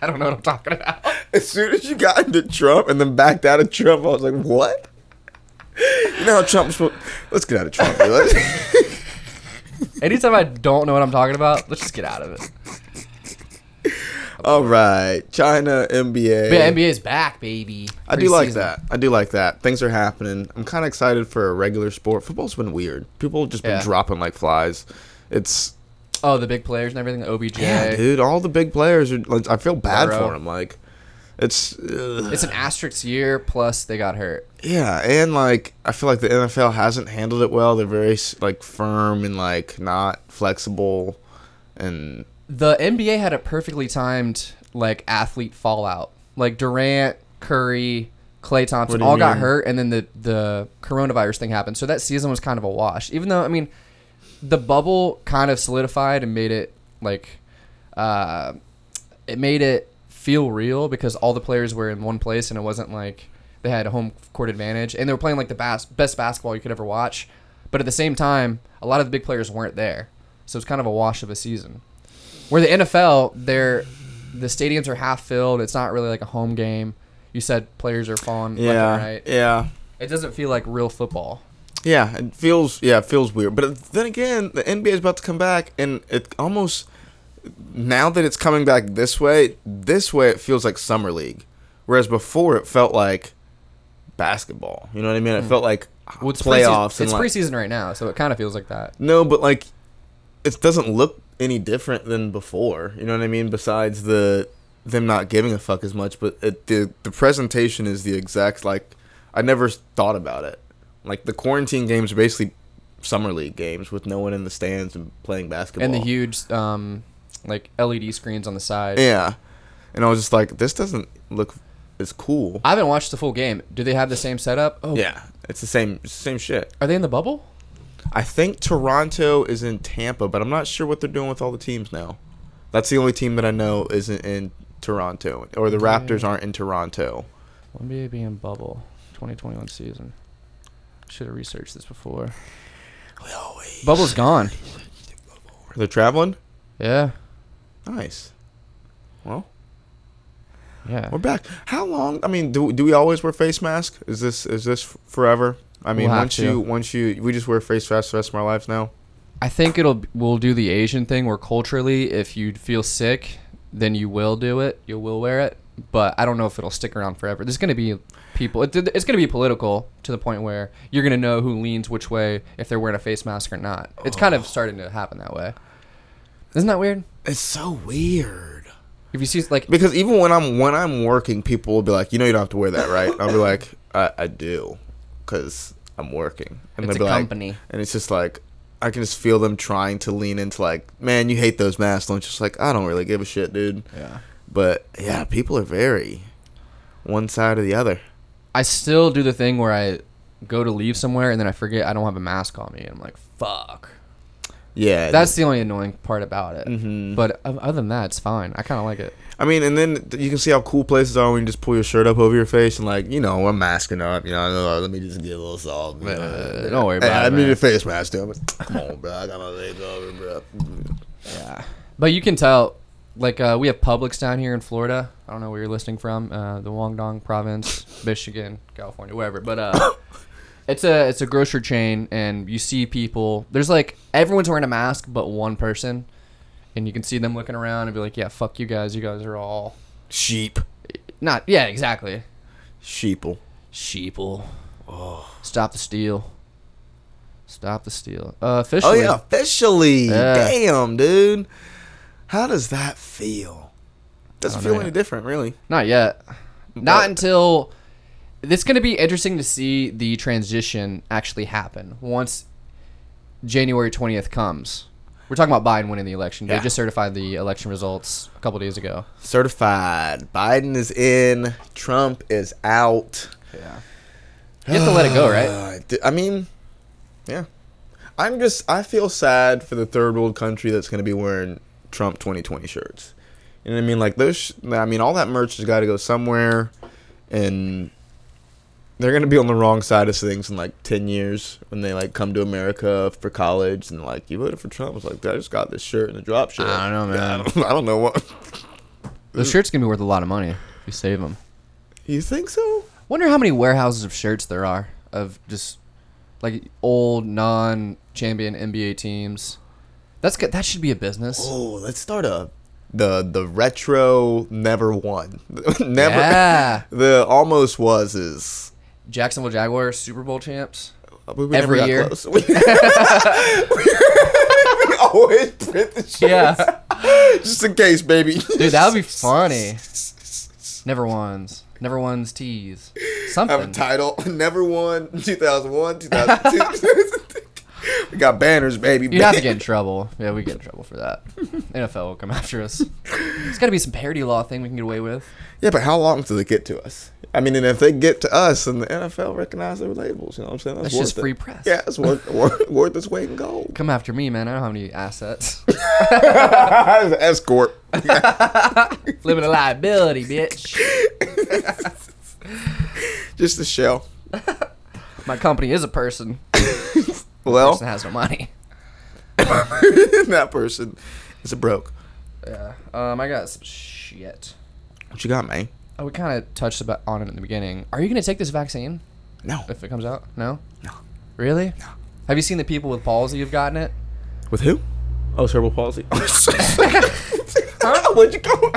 Speaker 2: I don't know what I'm talking about.
Speaker 1: As soon as you got into Trump and then backed out of Trump, I was like, what? You know how Trump's. spo- Let's get out of Trump. dude. Let's-
Speaker 2: Anytime I don't know what I'm talking about, let's just get out of it.
Speaker 1: All right. China, NBA.
Speaker 2: But yeah, NBA's back, baby.
Speaker 1: I do like
Speaker 2: Preseason.
Speaker 1: that. I do like that. Things are happening. I'm kind of excited for a regular sport. Football's been weird. People have just been
Speaker 2: Yeah.
Speaker 1: dropping like flies. It's
Speaker 2: Oh, the big players and everything. OBJ.
Speaker 1: yeah, dude. All the big players are. Like, I feel bad
Speaker 2: Burrow.
Speaker 1: for them. Like, it's ugh.
Speaker 2: It's an asterisk year. Plus, they got hurt.
Speaker 1: yeah, and like I feel like the NFL hasn't handled it well. They're very s- like firm and like not flexible, and
Speaker 2: the NBA had a perfectly timed like athlete fallout. Like Durant, Curry, Clay
Speaker 1: What
Speaker 2: Thompson
Speaker 1: do you
Speaker 2: all got
Speaker 1: mean?
Speaker 2: hurt, and then the the coronavirus thing happened. So that season was kind of a wash. Even though I mean, the bubble kind of solidified and made it like, uh, it made it feel real because all the players were in one place and it wasn't like they had a home court advantage and they were playing like the bas- best basketball you could ever watch. But at the same time, a lot of the big players weren't there, so it's kind of a wash of a season. Where the NFL, they're the stadiums are half filled. It's not really like a home game. You said players are falling
Speaker 1: yeah,
Speaker 2: left and right.
Speaker 1: yeah.
Speaker 2: It doesn't feel like real football.
Speaker 1: Yeah, it feels yeah, it feels weird. But then again, the NBA is about to come back, and it almost now that it's coming back this way, this way it feels like summer league, whereas before it felt like basketball. You know what I mean? It felt like
Speaker 2: Hmm. Well, it's
Speaker 1: playoffs and
Speaker 2: Preseason, it's
Speaker 1: like
Speaker 2: preseason right now, so it kind of feels like that.
Speaker 1: no, but like it doesn't look any different than before. You know what I mean? Besides the them not giving a fuck as much, but it, the the presentation is the exact like I never thought about it. Like the quarantine games are basically summer league games with no one in the stands and playing basketball.
Speaker 2: And the huge um, like LED screens on the side.
Speaker 1: yeah, and I was just like, this doesn't look as cool.
Speaker 2: I haven't watched the full game. Do they have the same setup? Oh,
Speaker 1: yeah, it's the same same shit.
Speaker 2: Are they in the bubble?
Speaker 1: I think Toronto is in Tampa, but I'm not sure what they're doing with all the teams now. That's the only team that I know isn't in Toronto, or the Raptors aren't in Toronto.
Speaker 2: NBA being bubble, 2021 season. Should have researched this before. Bubble's gone.
Speaker 1: They're traveling.
Speaker 2: Yeah.
Speaker 1: Nice. Well,
Speaker 2: Yeah.
Speaker 1: we're back. How long? I mean, do, do we always wear face mask? Is this is this forever? I mean,
Speaker 2: We'll have
Speaker 1: once
Speaker 2: to.
Speaker 1: you once you we just wear face masks the rest of our lives now.
Speaker 2: I think it'll we'll do the Asian thing where culturally, if you feel sick, then you will do it. You will wear it. But I don't know if it'll stick around forever. There's going to be people. It, it's going to be political to the point where you're going to know who leans which way if they're wearing a face mask or not. It's kind of starting to happen that way. Isn't that weird?
Speaker 1: It's so weird.
Speaker 2: If you see like
Speaker 1: Because even when I'm when I'm working, people will be like, "You know, you don't have to wear that, right?" I'll be like, "I, I do, because I'm working." And
Speaker 2: it's a
Speaker 1: they'll be like-
Speaker 2: company,
Speaker 1: and it's just like I can just feel them trying to lean into like, "Man, you hate those masks." And I'm just like, "I don't really give a shit, dude."
Speaker 2: yeah.
Speaker 1: But yeah, people are very one side or the other.
Speaker 2: I still do the thing where I go to leave somewhere and then I forget I don't have a mask on me and I'm like fuck.
Speaker 1: Yeah,
Speaker 2: That's the only annoying part about it.
Speaker 1: Mhm.
Speaker 2: But o- other than that, it's fine. I kind of like it.
Speaker 1: I mean, and then th- you can see how cool places are when you just pull your shirt up over your face and like, you know, I'm masking up. You know, uh, let me just get a little salt. you know.
Speaker 2: Uh, don't worry
Speaker 1: Hey,
Speaker 2: about
Speaker 1: I
Speaker 2: it,
Speaker 1: need
Speaker 2: man.
Speaker 1: a face mask, damn it. Come on, bro. I got my legs over, bro.
Speaker 2: Yeah. But you can tell, like, uh, we have Publix down here in Florida. I don't know where you're listening from, uh, the Guangdong province, Michigan, California, wherever. But uh, it's a it's a grocery chain, and you see people. There's like everyone's wearing a mask, but one person, and you can see them looking around and be like, "Yeah, fuck you guys. You guys are all
Speaker 1: Sheep.
Speaker 2: not. Yeah, exactly.
Speaker 1: Sheeple.
Speaker 2: Sheeple.
Speaker 1: Oh.
Speaker 2: Stop the steal. Stop the steal. Uh,
Speaker 1: Oh,
Speaker 2: officially,
Speaker 1: yeah, officially.
Speaker 2: Yeah.
Speaker 1: Damn, dude. How does that feel? Doesn't
Speaker 2: I don't
Speaker 1: feel
Speaker 2: know
Speaker 1: any
Speaker 2: yet.
Speaker 1: different, really.
Speaker 2: Not yet. Not
Speaker 1: But-
Speaker 2: until it's going to be interesting to see the transition actually happen once January 20th comes. We're talking about Biden winning the election.
Speaker 1: Yeah.
Speaker 2: They just certified the election results a couple days ago.
Speaker 1: Certified. Biden is in. Trump is out.
Speaker 2: Yeah. You have to let it go, right?
Speaker 1: Uh, d- I mean, yeah. I'm just I feel sad for the third world country that's going to be wearing Trump 2020 shirts. You know what I mean? Like those. sh- I mean, all that merch has got to go somewhere, and they're going to be on the wrong side of things in like 10 years when they like come to America for college and like you voted for Trump. It's like I just got this shirt in a drop ship.
Speaker 2: I don't know,
Speaker 1: Yeah, I
Speaker 2: man.
Speaker 1: don't, I don't know what
Speaker 2: The shirt's going to be worth a lot of money if you save them.
Speaker 1: you think so.
Speaker 2: Wonder how many warehouses of shirts there are of just like old non-champion NBA teams. That's good. That should be a business.
Speaker 1: Oh, let's start a the the retro never won. never
Speaker 2: Yeah.
Speaker 1: the almost was is uh,
Speaker 2: Jacksonville Jaguars Super Bowl champs.
Speaker 1: we, we
Speaker 2: Every
Speaker 1: never
Speaker 2: year.
Speaker 1: got close. We, we always print the shit
Speaker 2: Yeah,
Speaker 1: just in case, baby.
Speaker 2: dude, that would be funny. Never ones, never ones tees,
Speaker 1: Have a
Speaker 2: something.
Speaker 1: title. Never won. 2001, 2002. we got banners, baby.
Speaker 2: You'd have to get in trouble. Yeah, we get in trouble for that. NFL will come after us. There's got to be some parody law thing we can get away with.
Speaker 1: Yeah, but how long till they get to us? I mean, and if they get to us and the NFL recognize their labels, you know what I'm saying?
Speaker 2: That's
Speaker 1: worth
Speaker 2: just
Speaker 1: it.
Speaker 2: free press.
Speaker 1: Yeah, it's worth, worth, worth its weight in gold.
Speaker 2: Come after me, man. I don't have any assets.
Speaker 1: Escort.
Speaker 2: Living a liability, bitch.
Speaker 1: Just a shell.
Speaker 2: My company is a person.
Speaker 1: Well,
Speaker 2: Person has no money.
Speaker 1: that person is a broke.
Speaker 2: Yeah. Um, I got some shit.
Speaker 1: What you got, man?
Speaker 2: Oh, we kind of touched about on it in the beginning. Are you gonna take this vaccine?
Speaker 1: No.
Speaker 2: if it comes out? No?
Speaker 1: No.
Speaker 2: Really? No. Have you seen the people with palsy who've gotten it?
Speaker 1: With who? Oh, cerebral palsy. Where'd you go?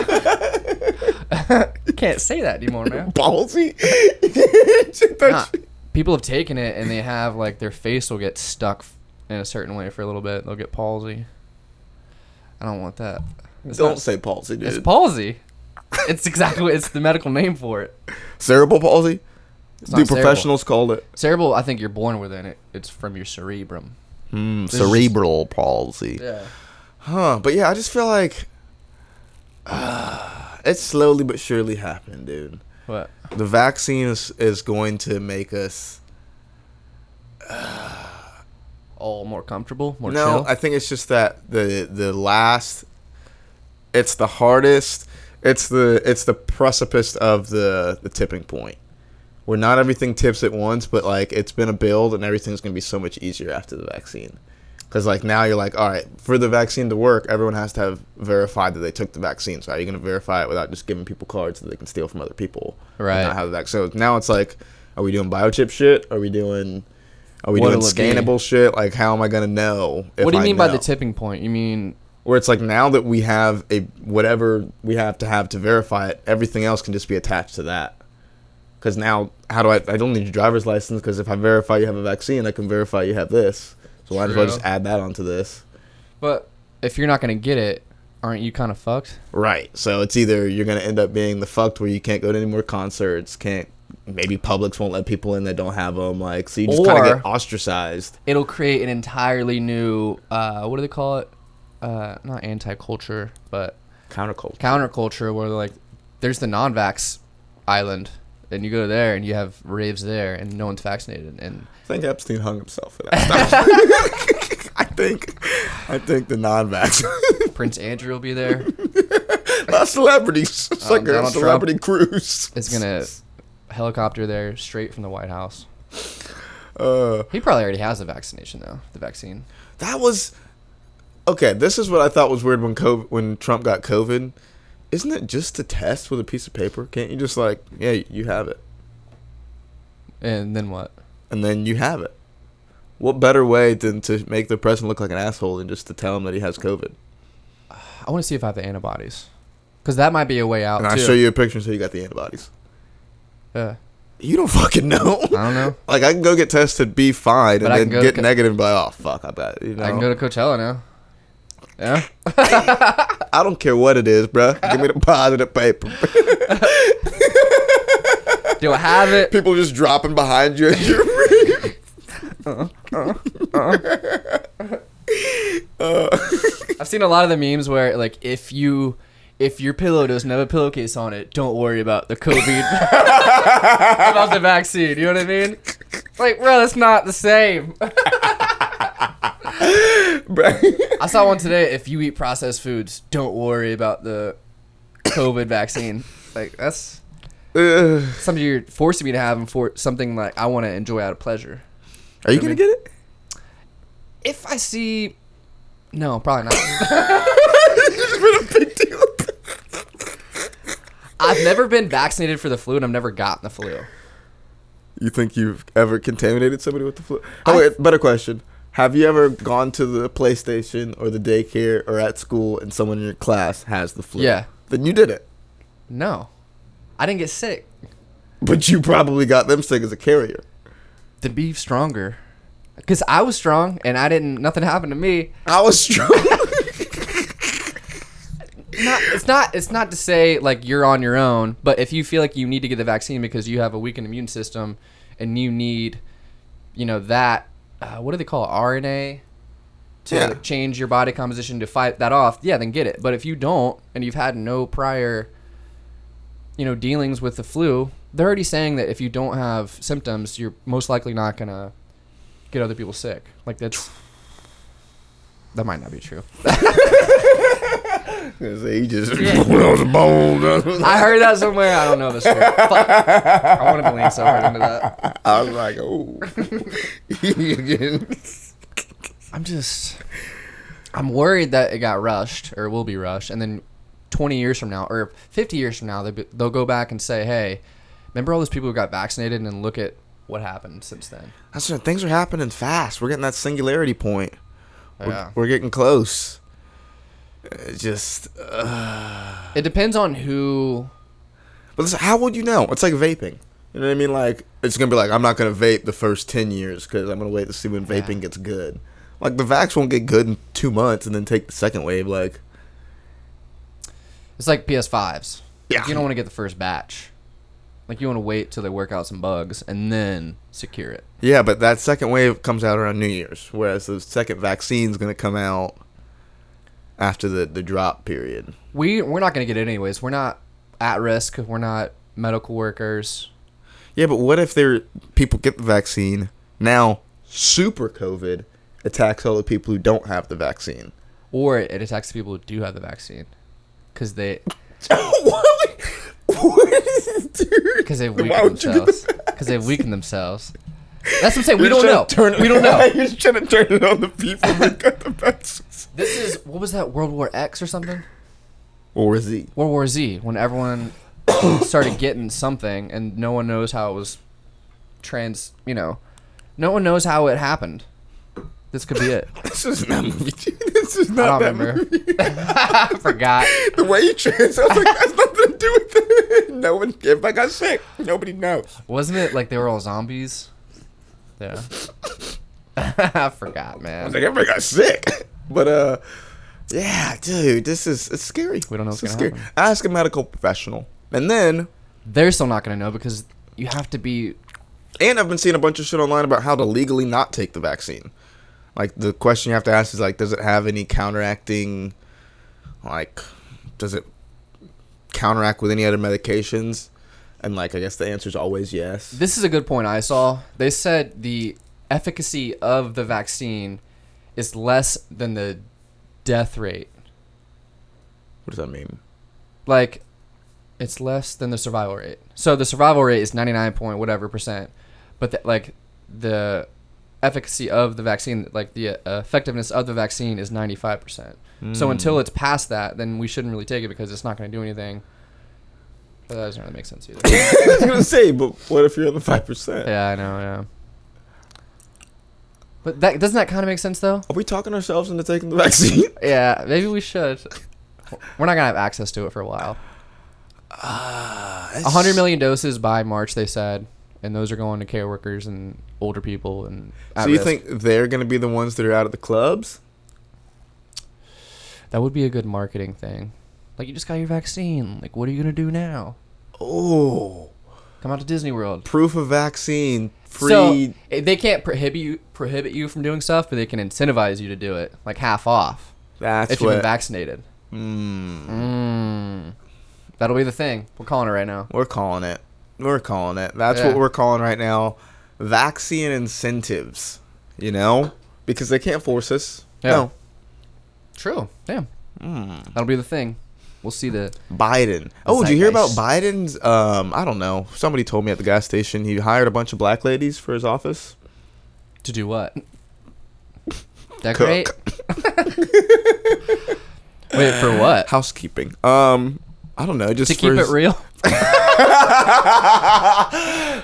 Speaker 2: You can't say that anymore, man.
Speaker 1: palsy?
Speaker 2: Nah, people have taken it and they have, like, their face will get stuck f- in a certain way for a little bit. They'll get palsy. I don't want that. It's
Speaker 1: Don't
Speaker 2: not-
Speaker 1: say palsy, dude.
Speaker 2: It's palsy. It's exactly, it's the medical name for it.
Speaker 1: cerebral palsy?
Speaker 2: not
Speaker 1: Dude,
Speaker 2: cerebral.
Speaker 1: professionals called it
Speaker 2: Cerebral, I think you're born with it. it it's from your cerebrum.
Speaker 1: mm,
Speaker 2: is-
Speaker 1: cerebral palsy.
Speaker 2: Yeah.
Speaker 1: Huh. But yeah, I just feel like uh, it's slowly but surely happening, dude.
Speaker 2: What?
Speaker 1: the vaccine is, is going to make us
Speaker 2: All more comfortable, more
Speaker 1: no
Speaker 2: chill?
Speaker 1: i think it's just that the the last it's the hardest it's the it's the precipice of the the tipping point where not everything tips at once but like it's been a build and everything's going to be so much easier after the vaccine because like now you're like all right for the vaccine to work everyone has to have verified that they took the vaccine so how are you going to verify it without just giving people cards that they can steal from other people and
Speaker 2: Right.
Speaker 1: not have the vaccine so now it's like are we doing biochip shit are we doing are we
Speaker 2: What'll
Speaker 1: doing
Speaker 2: it be?
Speaker 1: scannable shit? Like, how am I gonna know? If
Speaker 2: what do you
Speaker 1: I
Speaker 2: mean by
Speaker 1: know?
Speaker 2: the tipping point? You mean
Speaker 1: Where it's like now that we have a whatever we have to have to verify it, everything else can just be attached to that. Because now, how do I? I don't need your driver's license because if I verify you have a vaccine, I can verify you have this. So why might as well
Speaker 2: True.
Speaker 1: just add that onto this.
Speaker 2: But if you're not gonna get it, aren't you kind of fucked?
Speaker 1: Right. So it's either you're gonna end up being the fucked where you can't go to any more concerts, can't maybe Publix won't let people in that don't have them. Like so, you just kind
Speaker 2: Or-
Speaker 1: of get ostracized.
Speaker 2: It'll create an entirely new uh, what do they call it? Uh, not anti-culture, but
Speaker 1: Counterculture.
Speaker 2: counterculture where they're like, there's the non-vax island, and you go there and you have raves there, and no one's vaccinated, and
Speaker 1: I think Epstein hung himself for that stuff. I think, I think the non-vax,
Speaker 2: Prince Andrew will be there.
Speaker 1: not celebrities. It's
Speaker 2: Um,
Speaker 1: like a
Speaker 2: Donald Trump
Speaker 1: celebrity cruise.
Speaker 2: Is gonna helicopter there straight from the White House.
Speaker 1: Uh,
Speaker 2: He probably already has the vaccination though, the vaccine.
Speaker 1: that was okay. This is what I thought was weird when COVID, when Trump got COVID. Isn't it just a test with a piece of paper? Can't you just like, yeah, you have it,
Speaker 2: And then what?
Speaker 1: and then you have it. What better way than to make the president look like an asshole than just to tell him that he has COVID?
Speaker 2: I want to see if I have the antibodies, because that might be a way out
Speaker 1: And I
Speaker 2: too.
Speaker 1: show you a picture and say you got the antibodies.
Speaker 2: Yeah.
Speaker 1: You don't fucking know.
Speaker 2: I don't know.
Speaker 1: Like I can go get tested, be fine,
Speaker 2: But
Speaker 1: and
Speaker 2: I
Speaker 1: then
Speaker 2: can go
Speaker 1: get
Speaker 2: to-
Speaker 1: negative. And be like, oh fuck, I bet you know.
Speaker 2: I
Speaker 1: I,
Speaker 2: can go to Coachella now. Yeah.
Speaker 1: don't care what it is, bruh. Give me the positive paper.
Speaker 2: Do I have it?
Speaker 1: People just dropping behind you. Uh, As you're uh.
Speaker 2: I've seen a lot of the memes where like if you if your pillow doesn't have a pillowcase on it, don't worry about the COVID about the vaccine. You know what I mean? Like, bro, that's not the same.
Speaker 1: bruh.
Speaker 2: I saw one today. If you eat processed foods, don't worry about the COVID vaccine. Like that's
Speaker 1: Ugh.
Speaker 2: something you're forcing me to have, and for something like I want to enjoy out of pleasure.
Speaker 1: Are you gonna get it?
Speaker 2: If I see, no, probably not.
Speaker 1: it's been a big deal.
Speaker 2: I've never been vaccinated for the flu, and I've never gotten the flu.
Speaker 1: You think you've ever contaminated somebody with the flu? Oh wait, better question. Have you ever gone to the PlayStation or the daycare or at school and someone in your class has the flu?
Speaker 2: Yeah.
Speaker 1: Then you did it.
Speaker 2: No, I didn't get sick.
Speaker 1: But you probably got them sick as a carrier.
Speaker 2: to be stronger. Cause I was strong and I didn't. Nothing happened to me.
Speaker 1: I was strong.
Speaker 2: Not, it's not. It's not to say like you're on your own. But if you feel like you need to get the vaccine because you have a weakened immune system, and you need, you know that, uh, what do they call it? RNA, to
Speaker 1: Yeah.
Speaker 2: change your body composition to fight that off. Yeah, then get it. But if you don't and you've had no prior, you know, dealings with the flu, they're already saying that if you don't have symptoms, you're most likely not gonna get other people sick. Like that's that might not be true.
Speaker 1: Cause he just when I was a bone. I was
Speaker 2: I heard that somewhere. I don't know this. Story. Fuck. I want to believe so hard into that.
Speaker 1: like- I was like, oh.
Speaker 2: I'm just, I'm worried that it got rushed or will be rushed, and then 20 years from now or 50 years from now they'll, be, they'll go back and say, hey, remember all those people who got vaccinated and look at what happened since then.
Speaker 1: That's what, things are happening fast. We're getting that singularity point. We're,
Speaker 2: Yeah.
Speaker 1: we're getting close. It's just, uh,
Speaker 2: It depends on who.
Speaker 1: but listen, how would you know? It's like vaping. You know what I mean? Like it's gonna be like I'm not gonna vape the first ten years because I'm gonna wait to see when
Speaker 2: Yeah.
Speaker 1: vaping gets good. Like the vax won't get good in two months and then take the second wave. Like
Speaker 2: It's like PS5s.
Speaker 1: yeah,
Speaker 2: You don't want to get the first batch. Like you want to wait till they work out some bugs and then secure it.
Speaker 1: Yeah, but that second wave comes out around New Year's, whereas the second vaccine's going to come out after the, the drop period.
Speaker 2: We we're not gonna get it anyways. We're not at risk. We're not medical workers.
Speaker 1: Yeah, but what if there people get the vaccine now? Super COVID attacks all the people who don't have the vaccine.
Speaker 2: Or it, it attacks the people who do have the vaccine, because they
Speaker 1: what? What is dude?
Speaker 2: because they've weakened themselves. Because they've weakened themselves. That's what I'm saying. We don't know. we don't know.
Speaker 1: You're just trying to turn it on the people that got the vaccine.
Speaker 2: This is what was that World War X or something?
Speaker 1: Or is it?
Speaker 2: World War Z when everyone started getting something and no one knows how it was trans. You know, no one knows how it happened. This could be it.
Speaker 1: This is not movie. This is
Speaker 2: I
Speaker 1: not
Speaker 2: don't
Speaker 1: that
Speaker 2: remember.
Speaker 1: movie.
Speaker 2: I forgot.
Speaker 1: The way you trans, I was like, that's nothing to do with it. No one. If I got sick, nobody knows.
Speaker 2: Wasn't it like they were all zombies? Yeah. I forgot,
Speaker 1: I
Speaker 2: man.
Speaker 1: was like, everybody got sick. But uh, yeah, dude, this is it's scary.
Speaker 2: We don't know
Speaker 1: This
Speaker 2: what's
Speaker 1: is
Speaker 2: gonna
Speaker 1: scary. Ask a medical professional, and then
Speaker 2: They're still not gonna know because you have to be.
Speaker 1: and I've been seeing a bunch of shit online about how to legally not take the vaccine. Like the question you have to ask is like, does it have any counteracting? Like, does it counteract with any other medications? And like, I guess the answer is always yes.
Speaker 2: This is a good point I saw. They said the efficacy of the vaccine is less than the death rate.
Speaker 1: what does that mean?
Speaker 2: like it's less than the survival rate. So the survival rate is 99 point whatever percent, but the, like the efficacy of the vaccine, like the uh, effectiveness of the vaccine is 95 percent.
Speaker 1: Hmm.
Speaker 2: So until it's past that, then we shouldn't really take it because it's not going to do anything. But that doesn't really make sense either.
Speaker 1: I was gonna say, but what if you're in the five percent?
Speaker 2: yeah, I know. Yeah. But that doesn't that kind of make sense though?
Speaker 1: Are we talking ourselves into taking the vaccine?
Speaker 2: Yeah, maybe we should. We're not gonna have access to it for a while.
Speaker 1: Ah,
Speaker 2: A 100 million doses by March, they said, and those are going to care workers and older people and.
Speaker 1: So
Speaker 2: at
Speaker 1: you
Speaker 2: risk.
Speaker 1: think they're gonna be the ones that are out of the clubs?
Speaker 2: that would be a good marketing thing? Like you just got your vaccine. Like what are you gonna do now?
Speaker 1: Oh,
Speaker 2: Come out to Disney World.
Speaker 1: proof of vaccine, free.
Speaker 2: So eh, they can't prohibit you prohibit you from doing stuff, but they can incentivize you to do it, like half off
Speaker 1: that's
Speaker 2: if you've
Speaker 1: what.
Speaker 2: been vaccinated.
Speaker 1: Mm,
Speaker 2: Mm. That'll be the thing. We're calling it right now.
Speaker 1: we're calling it. We're calling it. That's
Speaker 2: Yeah.
Speaker 1: what we're calling right now. Vaccine incentives. You know, because they can't force us.
Speaker 2: Yeah.
Speaker 1: No.
Speaker 2: True. Damn.
Speaker 1: Mm.
Speaker 2: That'll be the thing. We'll see the
Speaker 1: Biden. Oh, did you hear about
Speaker 2: Zeitgeist.
Speaker 1: Biden's? Um, I don't know. Somebody told me at the gas station he hired a bunch of black ladies for his office.
Speaker 2: to do what. Decorate. Wait for what?
Speaker 1: Housekeeping. Um, I don't know. Just
Speaker 2: to keep
Speaker 1: for
Speaker 2: it
Speaker 1: his-
Speaker 2: real.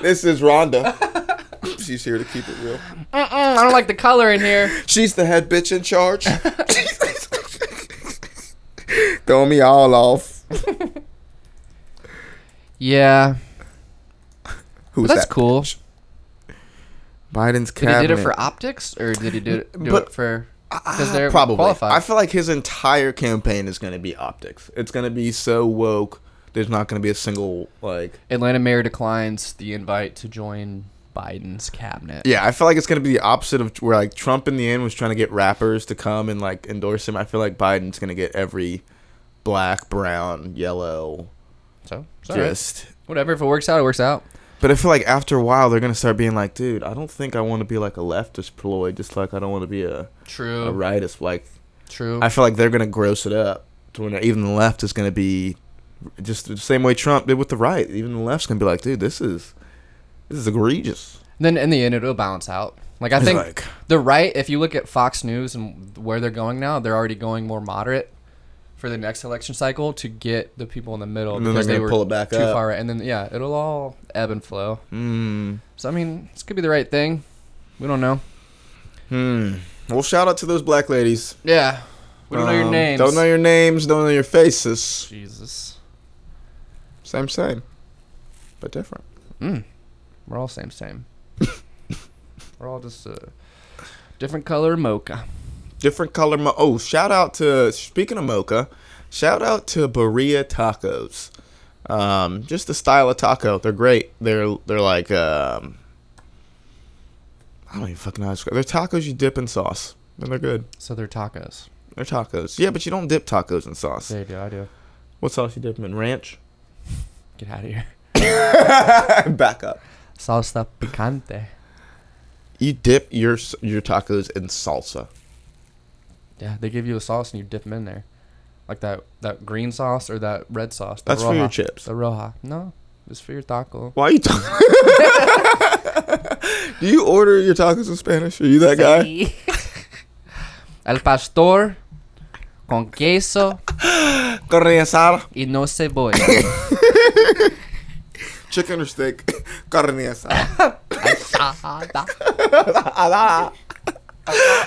Speaker 1: this is Rhonda. She's here to keep it real.
Speaker 2: Mm-mm, I don't like the color in here.
Speaker 1: She's the head bitch in charge. Throw me all off.
Speaker 2: Yeah,
Speaker 1: Who's
Speaker 2: but that's
Speaker 1: that?
Speaker 2: cool.
Speaker 1: bitch? Biden's
Speaker 2: Did
Speaker 1: cabinet.
Speaker 2: he did it for optics, or did he do it, do
Speaker 1: But-
Speaker 2: it for?
Speaker 1: Ah,
Speaker 2: they're
Speaker 1: probably.
Speaker 2: qualified.
Speaker 1: I feel like his entire campaign is going to be optics. It's going to be so woke. There's not going to be a single like.
Speaker 2: Atlanta mayor declines the invite to join Biden's cabinet.
Speaker 1: Yeah, I feel like it's going to be the opposite of where like Trump in the end was trying to get rappers to come and like endorse him. I feel like Biden's going to get every black, brown, yellow,
Speaker 2: So, it's all right.
Speaker 1: just
Speaker 2: whatever. If it works out, it works out.
Speaker 1: But I feel like after a while they're gonna start being like, dude, I don't think I want to be like a leftist ploy, just like I don't want to be a,
Speaker 2: True.
Speaker 1: a rightist. Like
Speaker 2: True.
Speaker 1: I feel like they're gonna gross it up to when even the left is gonna be just the same way Trump did with the right. Even the left's gonna be like, dude, this is this is egregious.
Speaker 2: then in the end, it'll balance out. Like I
Speaker 1: It's
Speaker 2: think
Speaker 1: like,
Speaker 2: the right. If you look at Fox News and where they're going now, they're already going more moderate for the next election cycle to get the people in the middle
Speaker 1: and then they're
Speaker 2: because they
Speaker 1: gonna
Speaker 2: were
Speaker 1: pull it back
Speaker 2: too
Speaker 1: up.
Speaker 2: far right. And then yeah, it'll all ebb and flow.
Speaker 1: Mm.
Speaker 2: So I mean, this could be the right thing. We don't know.
Speaker 1: Hmm. Well, shout out to those black ladies.
Speaker 2: Yeah. We don't know your
Speaker 1: Um,
Speaker 2: names.
Speaker 1: Don't know your names. Don't know your faces.
Speaker 2: Jesus.
Speaker 1: Same, same, but different.
Speaker 2: Mm. We're all same same. We're all just uh, different color mocha.
Speaker 1: Different color. Mo- oh, shout out to speaking of mocha, shout out to Berea Tacos. Um, just the style of taco. They're great. They're they're like um, I don't even fucking know. How to describe. They're tacos you dip in sauce, and they're good.
Speaker 2: So they're tacos.
Speaker 1: They're tacos. Yeah, but you don't dip tacos in sauce.
Speaker 2: There you go. I do.
Speaker 1: What sauce you dip them in? Ranch.
Speaker 2: Get out of here.
Speaker 1: Back up.
Speaker 2: Salsa picante.
Speaker 1: You dip your s- your tacos in salsa.
Speaker 2: Yeah, they give you a sauce and you dip them in there, like that that green sauce or that red sauce. The
Speaker 1: That's for your
Speaker 2: roja.
Speaker 1: chips.
Speaker 2: The roja. No, it's for your taco.
Speaker 1: Why are you talking? Do you order your tacos in Spanish? Are you that guy?
Speaker 2: El pastor con queso
Speaker 1: Carne asada.
Speaker 2: y no cebolla.
Speaker 1: Chicken or steak? Carne asada.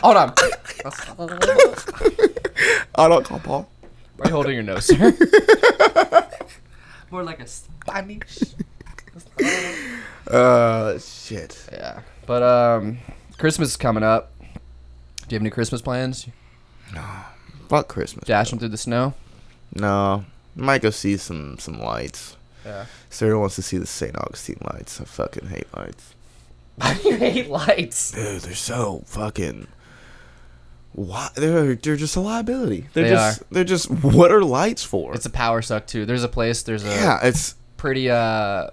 Speaker 2: Hold on.
Speaker 1: I don't call Paul.
Speaker 2: Why are you holding your nose, sir? More like a Spanish.
Speaker 1: Uh, shit.
Speaker 2: yeah. But um, Christmas is coming up. Do you have any Christmas plans?
Speaker 1: Fuck Christmas.
Speaker 2: Dashing through the snow?
Speaker 1: No, might go see some some lights.
Speaker 2: Yeah.
Speaker 1: Sarah wants to see the St. Augustine lights. I fucking hate lights.
Speaker 2: Why do you hate lights?
Speaker 1: Dude, they're so fucking. Why they're they're just a liability. They're
Speaker 2: They
Speaker 1: just they're just what are lights for?
Speaker 2: It's a power suck too. There's a place. There's a
Speaker 1: yeah, it's
Speaker 2: pretty uh,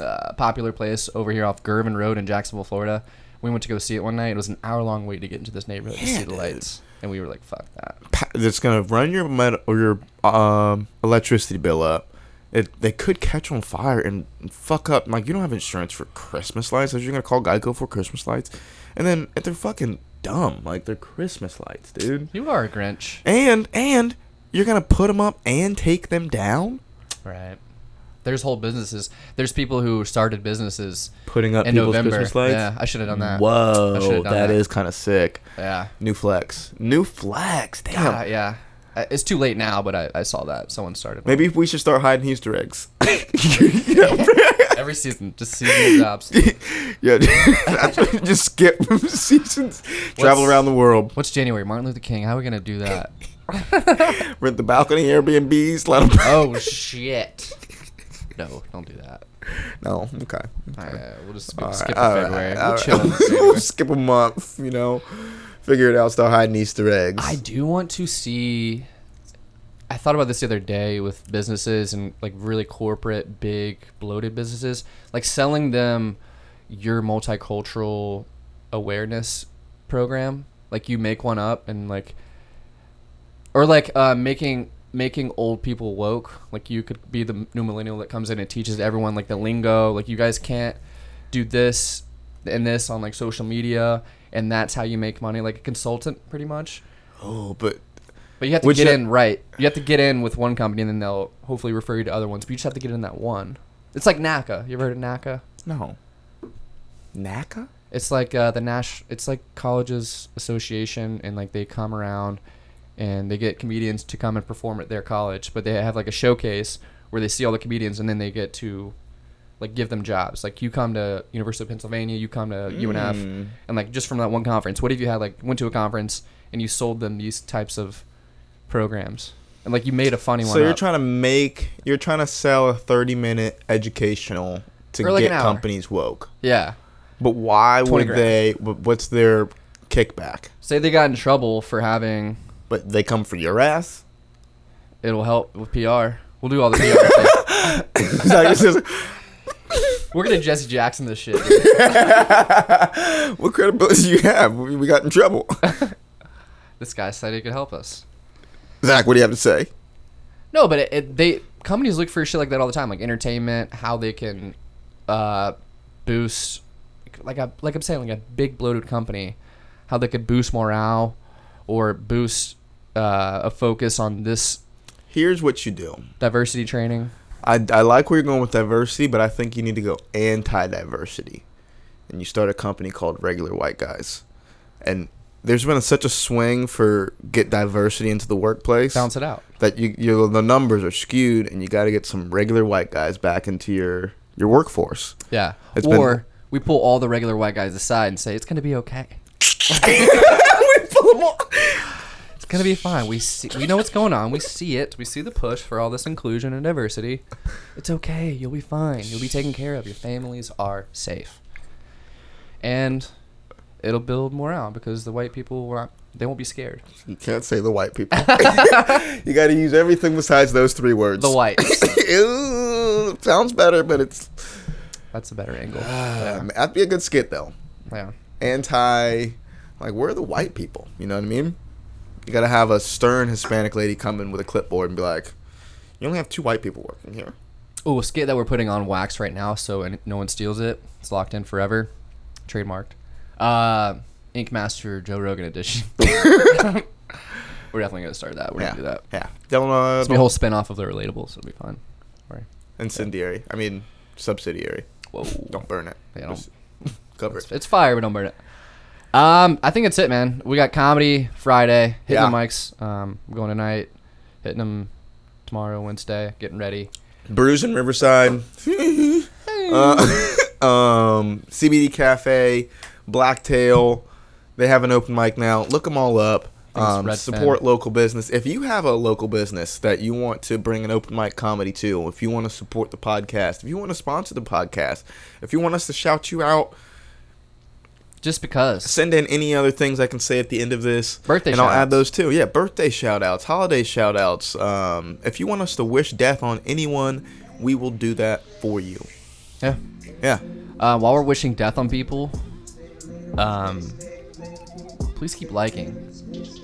Speaker 2: uh popular place over here off Gervin Road in Jacksonville, Florida. We went to go see it one night. It was an hour long wait to get into this neighborhood to
Speaker 1: Yeah,
Speaker 2: see the
Speaker 1: dude.
Speaker 2: lights, and we were like, "Fuck that."
Speaker 1: pa- it's gonna run your met- or your um electricity bill up. It they could catch on fire and fuck up. Like you don't have insurance for Christmas lights. So you're gonna call Geico for Christmas lights, and then if they're fucking dumb. Like they're Christmas lights, dude.
Speaker 2: You are a Grinch,
Speaker 1: And and you're gonna put them up and take them down.
Speaker 2: right? There's whole businesses. There's people who started businesses
Speaker 1: Putting up
Speaker 2: in
Speaker 1: people's
Speaker 2: November.
Speaker 1: Christmas lights.
Speaker 2: Yeah, I should have done that. I
Speaker 1: Whoa,
Speaker 2: should've done that.
Speaker 1: that is kind of sick.
Speaker 2: Yeah,
Speaker 1: New flex. New flex. Damn.
Speaker 2: yeah, yeah. Uh, It's too late now, but I, I saw that someone started. one.
Speaker 1: Maybe we should start hiding Easter eggs. yeah,
Speaker 2: every season, just seasonal jobs.
Speaker 1: yeah. that's what- just skip seasons. Travel
Speaker 2: What's-
Speaker 1: around the world.
Speaker 2: What's January? Martin Luther King. How are we gonna do that?
Speaker 1: Rent the balcony, Airbnbs. Let 'em-
Speaker 2: oh shit! No, don't do that.
Speaker 1: no, okay.
Speaker 2: All right, we'll just skip,
Speaker 1: All right,
Speaker 2: skip
Speaker 1: all right,
Speaker 2: February.
Speaker 1: all
Speaker 2: we'll
Speaker 1: right.
Speaker 2: chill. in
Speaker 1: We'll
Speaker 2: February.
Speaker 1: skip a month. You know, figure it out. Start hiding Easter eggs.
Speaker 2: I do want to see. I thought about this the other day with businesses and like really corporate, big, bloated businesses, like selling them your multicultural awareness program. Like you make one up and like, or like uh, making making old people woke. Like you could be the new millennial that comes in and teaches everyone like the lingo. Like you guys can't do this and this on like social media, and that's how you make money. Like a consultant, pretty much.
Speaker 1: oh, but
Speaker 2: But you have to
Speaker 1: Which
Speaker 2: get
Speaker 1: I-
Speaker 2: in right. You have to get in with one company, and then they'll hopefully refer you to other ones. But you just have to get in that one. It's like NACA. You ever heard of NACA?
Speaker 1: no. Naka.
Speaker 2: It's like uh, the Nash. It's like colleges association, and like they come around, and they get comedians to come and perform at their college. But they have like a showcase where they see all the comedians, and then they get to, like, give them jobs. Like you come to University of Pennsylvania, you come to UNF,
Speaker 1: Mm.
Speaker 2: and like just from that one conference, what if you had like went to a conference and you sold them these types of programs, and like you made a funny
Speaker 1: So
Speaker 2: one.
Speaker 1: you're
Speaker 2: up.
Speaker 1: trying to make, you're trying to sell a 30 minute educational to
Speaker 2: Or like an
Speaker 1: get
Speaker 2: hour.
Speaker 1: companies woke.
Speaker 2: yeah.
Speaker 1: But why
Speaker 2: 20
Speaker 1: would
Speaker 2: grand.
Speaker 1: they? wh- What's their kickback?
Speaker 2: Say they got in trouble for having
Speaker 1: But they come for your ass.
Speaker 2: it'll help with PR. We'll do all the PR. Thing.
Speaker 1: It's like, it's just-
Speaker 2: We're gonna Jesse Jackson this shit. dude.
Speaker 1: what credibility do you have? We we got in trouble.
Speaker 2: this guy said he could help us.
Speaker 1: Zach, what do you have to say?
Speaker 2: No, but it, it, they companies look for shit like that all the time, like entertainment, how they can uh, boost, like I like I'm saying, like a big bloated company, how they could boost morale or boost uh, a focus on this
Speaker 1: Here's what you do.
Speaker 2: diversity training.
Speaker 1: I, I like where you're going with diversity, but I think you need to go anti diversity. And you start a company called Regular White Guys. And there's been such a swing for get diversity into the workplace.
Speaker 2: Balance it out.
Speaker 1: that you you the numbers are skewed and you got to get some regular white guys back into your your workforce.
Speaker 2: Yeah.
Speaker 1: It's been-
Speaker 2: or we pull all the regular white guys aside and say it's gonna be okay. It's gonna be fine. We see, we know what's going on. We see it. We see the push for all this inclusion and diversity. It's okay. You'll be fine. You'll be taken care of. Your families are safe, and it'll build morale because the white people will not, they won't be scared.
Speaker 1: You can't say the white people. you got to use everything besides those three words.
Speaker 2: The whites.
Speaker 1: Ew, sounds better, but it's
Speaker 2: That's a better angle.
Speaker 1: uh, that'd be a good skit though.
Speaker 2: Yeah.
Speaker 1: Anti, like where are the white people? You know what I mean? You got to have a stern Hispanic lady come in with a clipboard and be like, "You only have two white people working here."
Speaker 2: Oh, a skit that we're putting on wax right now, so and no one steals it. It's locked in forever, trademarked. Uh, Ink Master Joe Rogan edition. we're definitely gonna start that. We're
Speaker 1: yeah,
Speaker 2: gonna do that.
Speaker 1: Yeah, don't uh,
Speaker 2: It's gonna be a whole spin-off of the Relatable, so it'll be fun. Right.
Speaker 1: incendiary. I mean, subsidiary.
Speaker 2: Whoa.
Speaker 1: Don't burn it.
Speaker 2: Yeah, don't-
Speaker 1: Just cover
Speaker 2: It's,
Speaker 1: it.
Speaker 2: it's fire, but don't burn it. Um, I think that's it, man. We got comedy Friday, hitting
Speaker 1: Yeah.
Speaker 2: the mics. Um, I'm going tonight, hitting them tomorrow, Wednesday, getting ready.
Speaker 1: Brews in Riverside. uh, um, CBD Cafe, Blacktail. They have an open mic now. Look them all up.
Speaker 2: I think it's
Speaker 1: Um,
Speaker 2: Red
Speaker 1: support local business. If you have a local business that you want to bring an open mic comedy to, if you want to support the podcast, if you want to sponsor the podcast, if you want us to shout you out,
Speaker 2: Just because.
Speaker 1: send in any other things I can say at the end of this.
Speaker 2: Birthday
Speaker 1: and I'll add
Speaker 2: shout-outs.
Speaker 1: those too. Yeah, birthday shout outs, holiday shout outs. Um, if you want us to wish death on anyone, we will do that for you.
Speaker 2: Yeah.
Speaker 1: Yeah.
Speaker 2: Uh, while we're wishing death on people, um, please keep liking,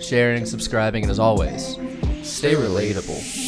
Speaker 2: sharing, subscribing, and as always, stay relatable.